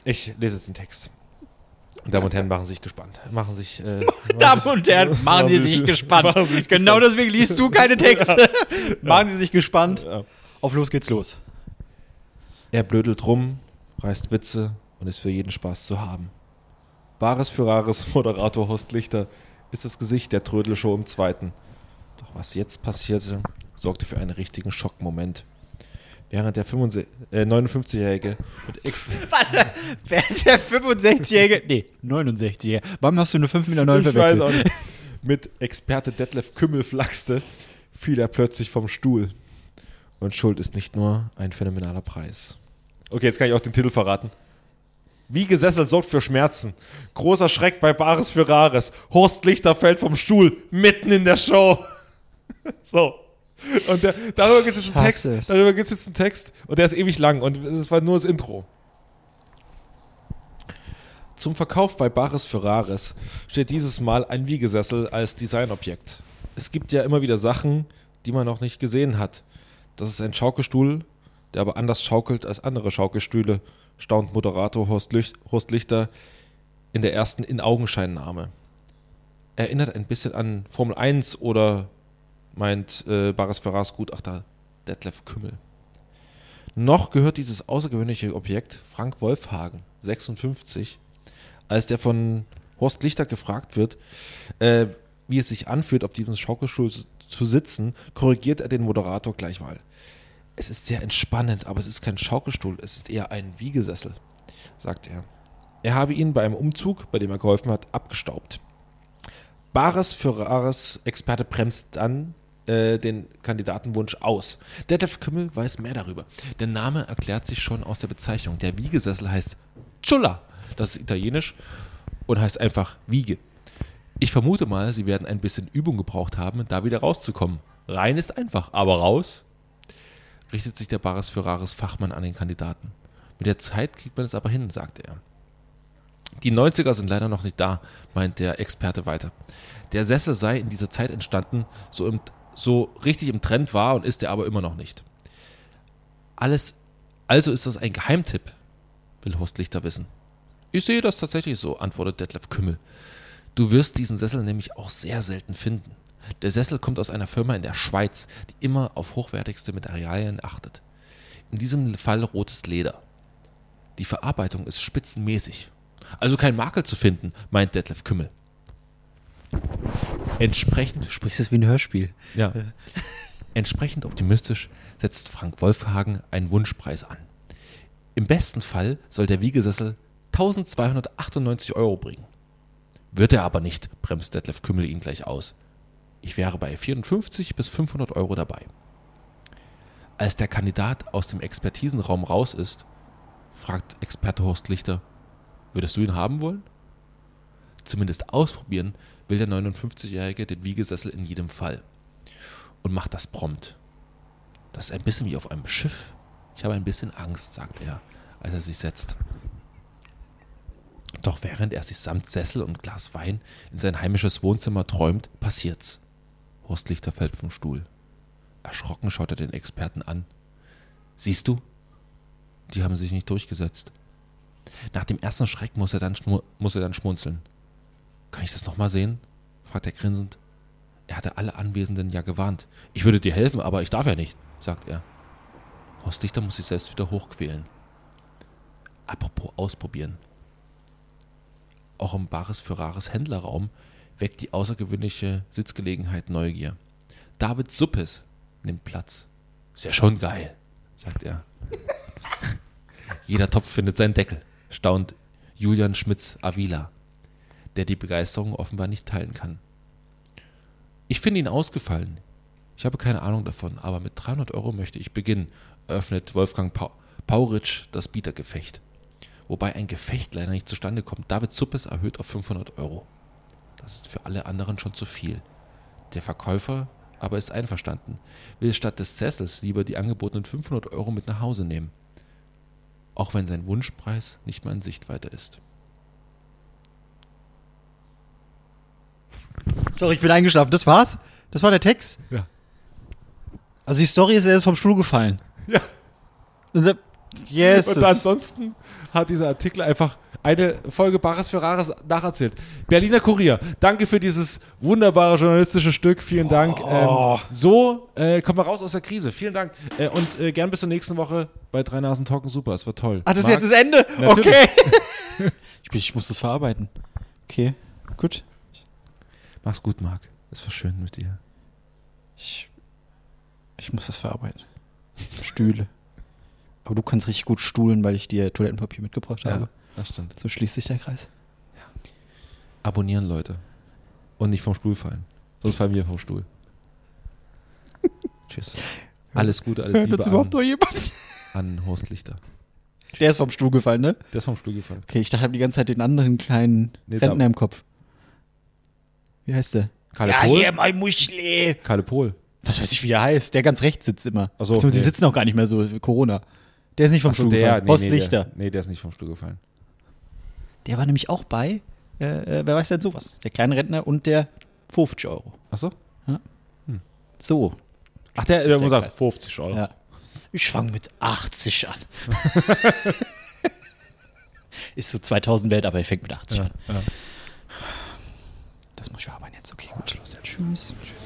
B: ich lese jetzt den Text. Damen und Herren, machen Sie sich gespannt. Machen sich. Äh,
E: Damen und Herren, machen Sie sich gespannt.
B: Machen Sie sich
E: Genau deswegen liest du
A: [LAUGHS]
E: keine Texte. machen Sie sich gespannt.
B: Ja.
E: Auf los geht's los.
B: Er blödelt rum, reißt Witze und ist für jeden Spaß zu haben. Bares für Rares [LAUGHS] Moderator Horst Lichter ist das Gesicht der Trödelshow im Zweiten. Doch was jetzt passierte, sorgte für einen richtigen Schockmoment. Während der 55 äh, 59-Jährige mit Ex
E: Wer der 65-Jährige? Nee, 69-Jährige. Warum hast du eine 5 Meter 9 verwechselt?
B: auch nicht. [LAUGHS] Mit Experte Detlef Kümmel flachste, fiel er plötzlich vom Stuhl. Und Schuld ist nicht nur ein phänomenaler Preis. Okay, jetzt kann ich auch den Titel verraten. Wie gesesselt sorgt für Schmerzen. Großer Schreck bei Bares für Rares. Horst Lichter fällt vom Stuhl mitten in der Show. So. Und der, darüber gibt es jetzt einen Text.
E: hasse es.
B: Darüber gibt es jetzt einen Text. Und der ist ewig lang. Und das war nur das Intro. Zum Verkauf bei Bares für Rares steht dieses Mal ein Wiegesessel als Designobjekt. Es gibt ja immer wieder Sachen, die man noch nicht gesehen hat. Das ist ein Schaukelstuhl, der aber anders schaukelt als andere Schaukelstühle, staunt Moderator Horst, Lüch Horst Lichter in der ersten In-Augenscheinnahme. Erinnert ein bisschen an Formel 1 oder meint äh, Bares Ferrars Gutachter Detlef Kümmel. Noch gehört dieses außergewöhnliche Objekt Frank Wolfhagen, 56, als der von Horst Lichter gefragt wird, äh, wie es sich anfühlt, auf diesem Schaukelstuhl zu- zu sitzen, korrigiert er den Moderator gleich mal. Es ist sehr entspannend, aber es ist kein Schaukelstuhl, es ist eher ein Wiegesessel, sagt er. Er habe ihn bei einem Umzug, bei dem er geholfen hat, abgestaubt. Bares für Rares Experte bremst dann äh, den Kandidatenwunsch aus. Detlef Kümmel weiß mehr darüber. Der Name erklärt sich schon aus der Bezeichnung. Der Wiegesessel heißt Chulla. Das ist italienisch und heißt einfach Wiege. Ich vermute mal, sie werden ein bisschen Übung gebraucht haben, da wieder rauszukommen. Rein ist einfach, aber raus richtet sich der Bares für Rares Fachmann an den Kandidaten. Mit der Zeit kriegt man es aber hin, sagt er. Die 90er sind leider noch nicht da, meint der Experte weiter. Der Sessel sei in dieser Zeit entstanden, so, im, so richtig im Trend war und ist er aber immer noch nicht. Alles, also ist das ein Geheimtipp, will Horst Lichter wissen. Ich sehe das tatsächlich so, antwortet Detlef Kümmel. Du wirst diesen Sessel nämlich auch sehr selten finden. Der Sessel kommt aus einer Firma in der Schweiz, die immer auf hochwertigste Materialien achtet. In diesem Fall rotes Leder. Die Verarbeitung ist spitzenmäßig. Also kein Makel zu finden, meint Detlef Kümmel. Entsprechend
E: Du sprichst es wie ein Hörspiel.
B: ja. Äh, [LAUGHS] Entsprechend optimistisch setzt Frank Wolfhagen einen Wunschpreis an. Im besten Fall soll der Wiegesessel 1298 Euro bringen. Wird er aber nicht, bremst Detlef Kümmel ihn gleich aus. Ich wäre bei 54 bis 500 Euro dabei. Als der Kandidat aus dem Expertisenraum raus ist, fragt Experte Horst Lichter, würdest du ihn haben wollen? Zumindest ausprobieren will der 59-Jährige den Wiegesessel in jedem Fall und macht das prompt. Das ist ein bisschen wie auf einem Schiff. Ich habe ein bisschen Angst, sagt er, als er sich setzt. Doch während er sich samt Sessel und Glas Wein in sein heimisches Wohnzimmer träumt, passiert's. Horst Lichter fällt vom Stuhl. Erschrocken schaut er den Experten an. Siehst du? Die haben sich nicht durchgesetzt. Nach dem ersten Schreck muss er dann, schmu- muss er dann schmunzeln. Kann ich das nochmal sehen? fragt er grinsend. Er hatte alle Anwesenden ja gewarnt. Ich würde dir helfen, aber ich darf ja nicht, sagt er. Horst Dichter muss sich selbst wieder hochquälen. Apropos ausprobieren. Auch im Bares für Rares Händlerraum weckt die außergewöhnliche Sitzgelegenheit Neugier. David Suppes nimmt Platz. Ist ja schon geil, sagt er. Jeder Topf findet seinen Deckel, staunt Julian Schmitz Avila, der die Begeisterung offenbar nicht teilen kann. Ich finde ihn ausgefallen. Ich habe keine Ahnung davon, aber mit 300 Euro möchte ich beginnen, öffnet Wolfgang pa Pauritsch das Bietergefecht. Wobei ein Gefecht leider nicht zustande kommt. David Suppes erhöht auf 500 Euro. Das ist für alle anderen schon zu viel. Der Verkäufer aber ist einverstanden, will statt des Sessels lieber die angebotenen 500 Euro mit nach Hause nehmen. Auch wenn sein Wunschpreis nicht mehr in Sichtweite ist.
A: Sorry, ich bin eingeschlafen. Das war's? Das war der Text?
B: Ja.
A: Also die Story ist erst vom Stuhl gefallen.
B: Ja.
A: Und dann- Yes.
B: Und ansonsten hat dieser Artikel einfach eine Folge Bares für Rares nacherzählt. Berliner Kurier, danke für dieses wunderbare journalistische Stück. Vielen Dank.
A: Oh.
B: Ähm, so äh, kommen wir raus aus der Krise. Vielen Dank. Äh, und äh, gern bis zur nächsten Woche bei Drei Nasen Talken Super. Es war toll.
A: Ach, Ah, das ist
B: Marc?
A: jetzt das Ende?
B: Natürlich. [LAUGHS]
A: Okay. ich, bin, ich muss das verarbeiten. Okay, gut.
B: Mach's gut, Marc. Es war schön mit dir.
A: Ich, ich muss das verarbeiten. Stühle. Aber du kannst richtig gut stuhlen, weil ich dir Toilettenpapier mitgebracht habe.
B: das stimmt.
A: So schließt sich der Kreis.
B: Abonnieren, Leute. Und nicht vom Stuhl fallen. Sonst fallen wir
A: [LAUGHS]
B: vom Stuhl. Tschüss. Alles Gute, alles Liebe an,
A: jemand?
B: an Horst Lichter.
A: Der ist vom Stuhl gefallen, ne?
B: Der ist vom Stuhl gefallen.
A: Okay, ich dachte, ich habe die ganze Zeit den anderen kleinen
B: Nee, da-
A: Rentner im Kopf. Wie heißt der?
B: Karl Pohl?
A: mein Muschle.
B: Karl Pohl.
A: Was weiß ich, wie der heißt. Der ganz rechts sitzt immer.
B: Ach so,
A: Beziehungsweise
B: nee.
A: Die sitzen auch gar nicht mehr so. Corona. Der ist nicht vom
B: Ach so,
A: Stuhl
B: der,
A: gefallen.
B: nee,
A: Horst
B: nee,
A: Lichter.
B: Der, nee, der ist nicht vom Stuhl gefallen.
A: Der war nämlich auch bei, äh, äh, wer weiß denn sowas? Der kleine Rentner und der 50 Euro.
B: Ach so?
A: So.
B: Ach, der, der muss sagen,
A: Kreis.
B: 50 Euro.
A: Ja. Ich fange mit 80 an. Ist so 2000 Welt, aber ich fängt mit 80 an. Das muss ich verarbeiten jetzt. Okay, gut. Los, ja. Tschüss. Tschüss.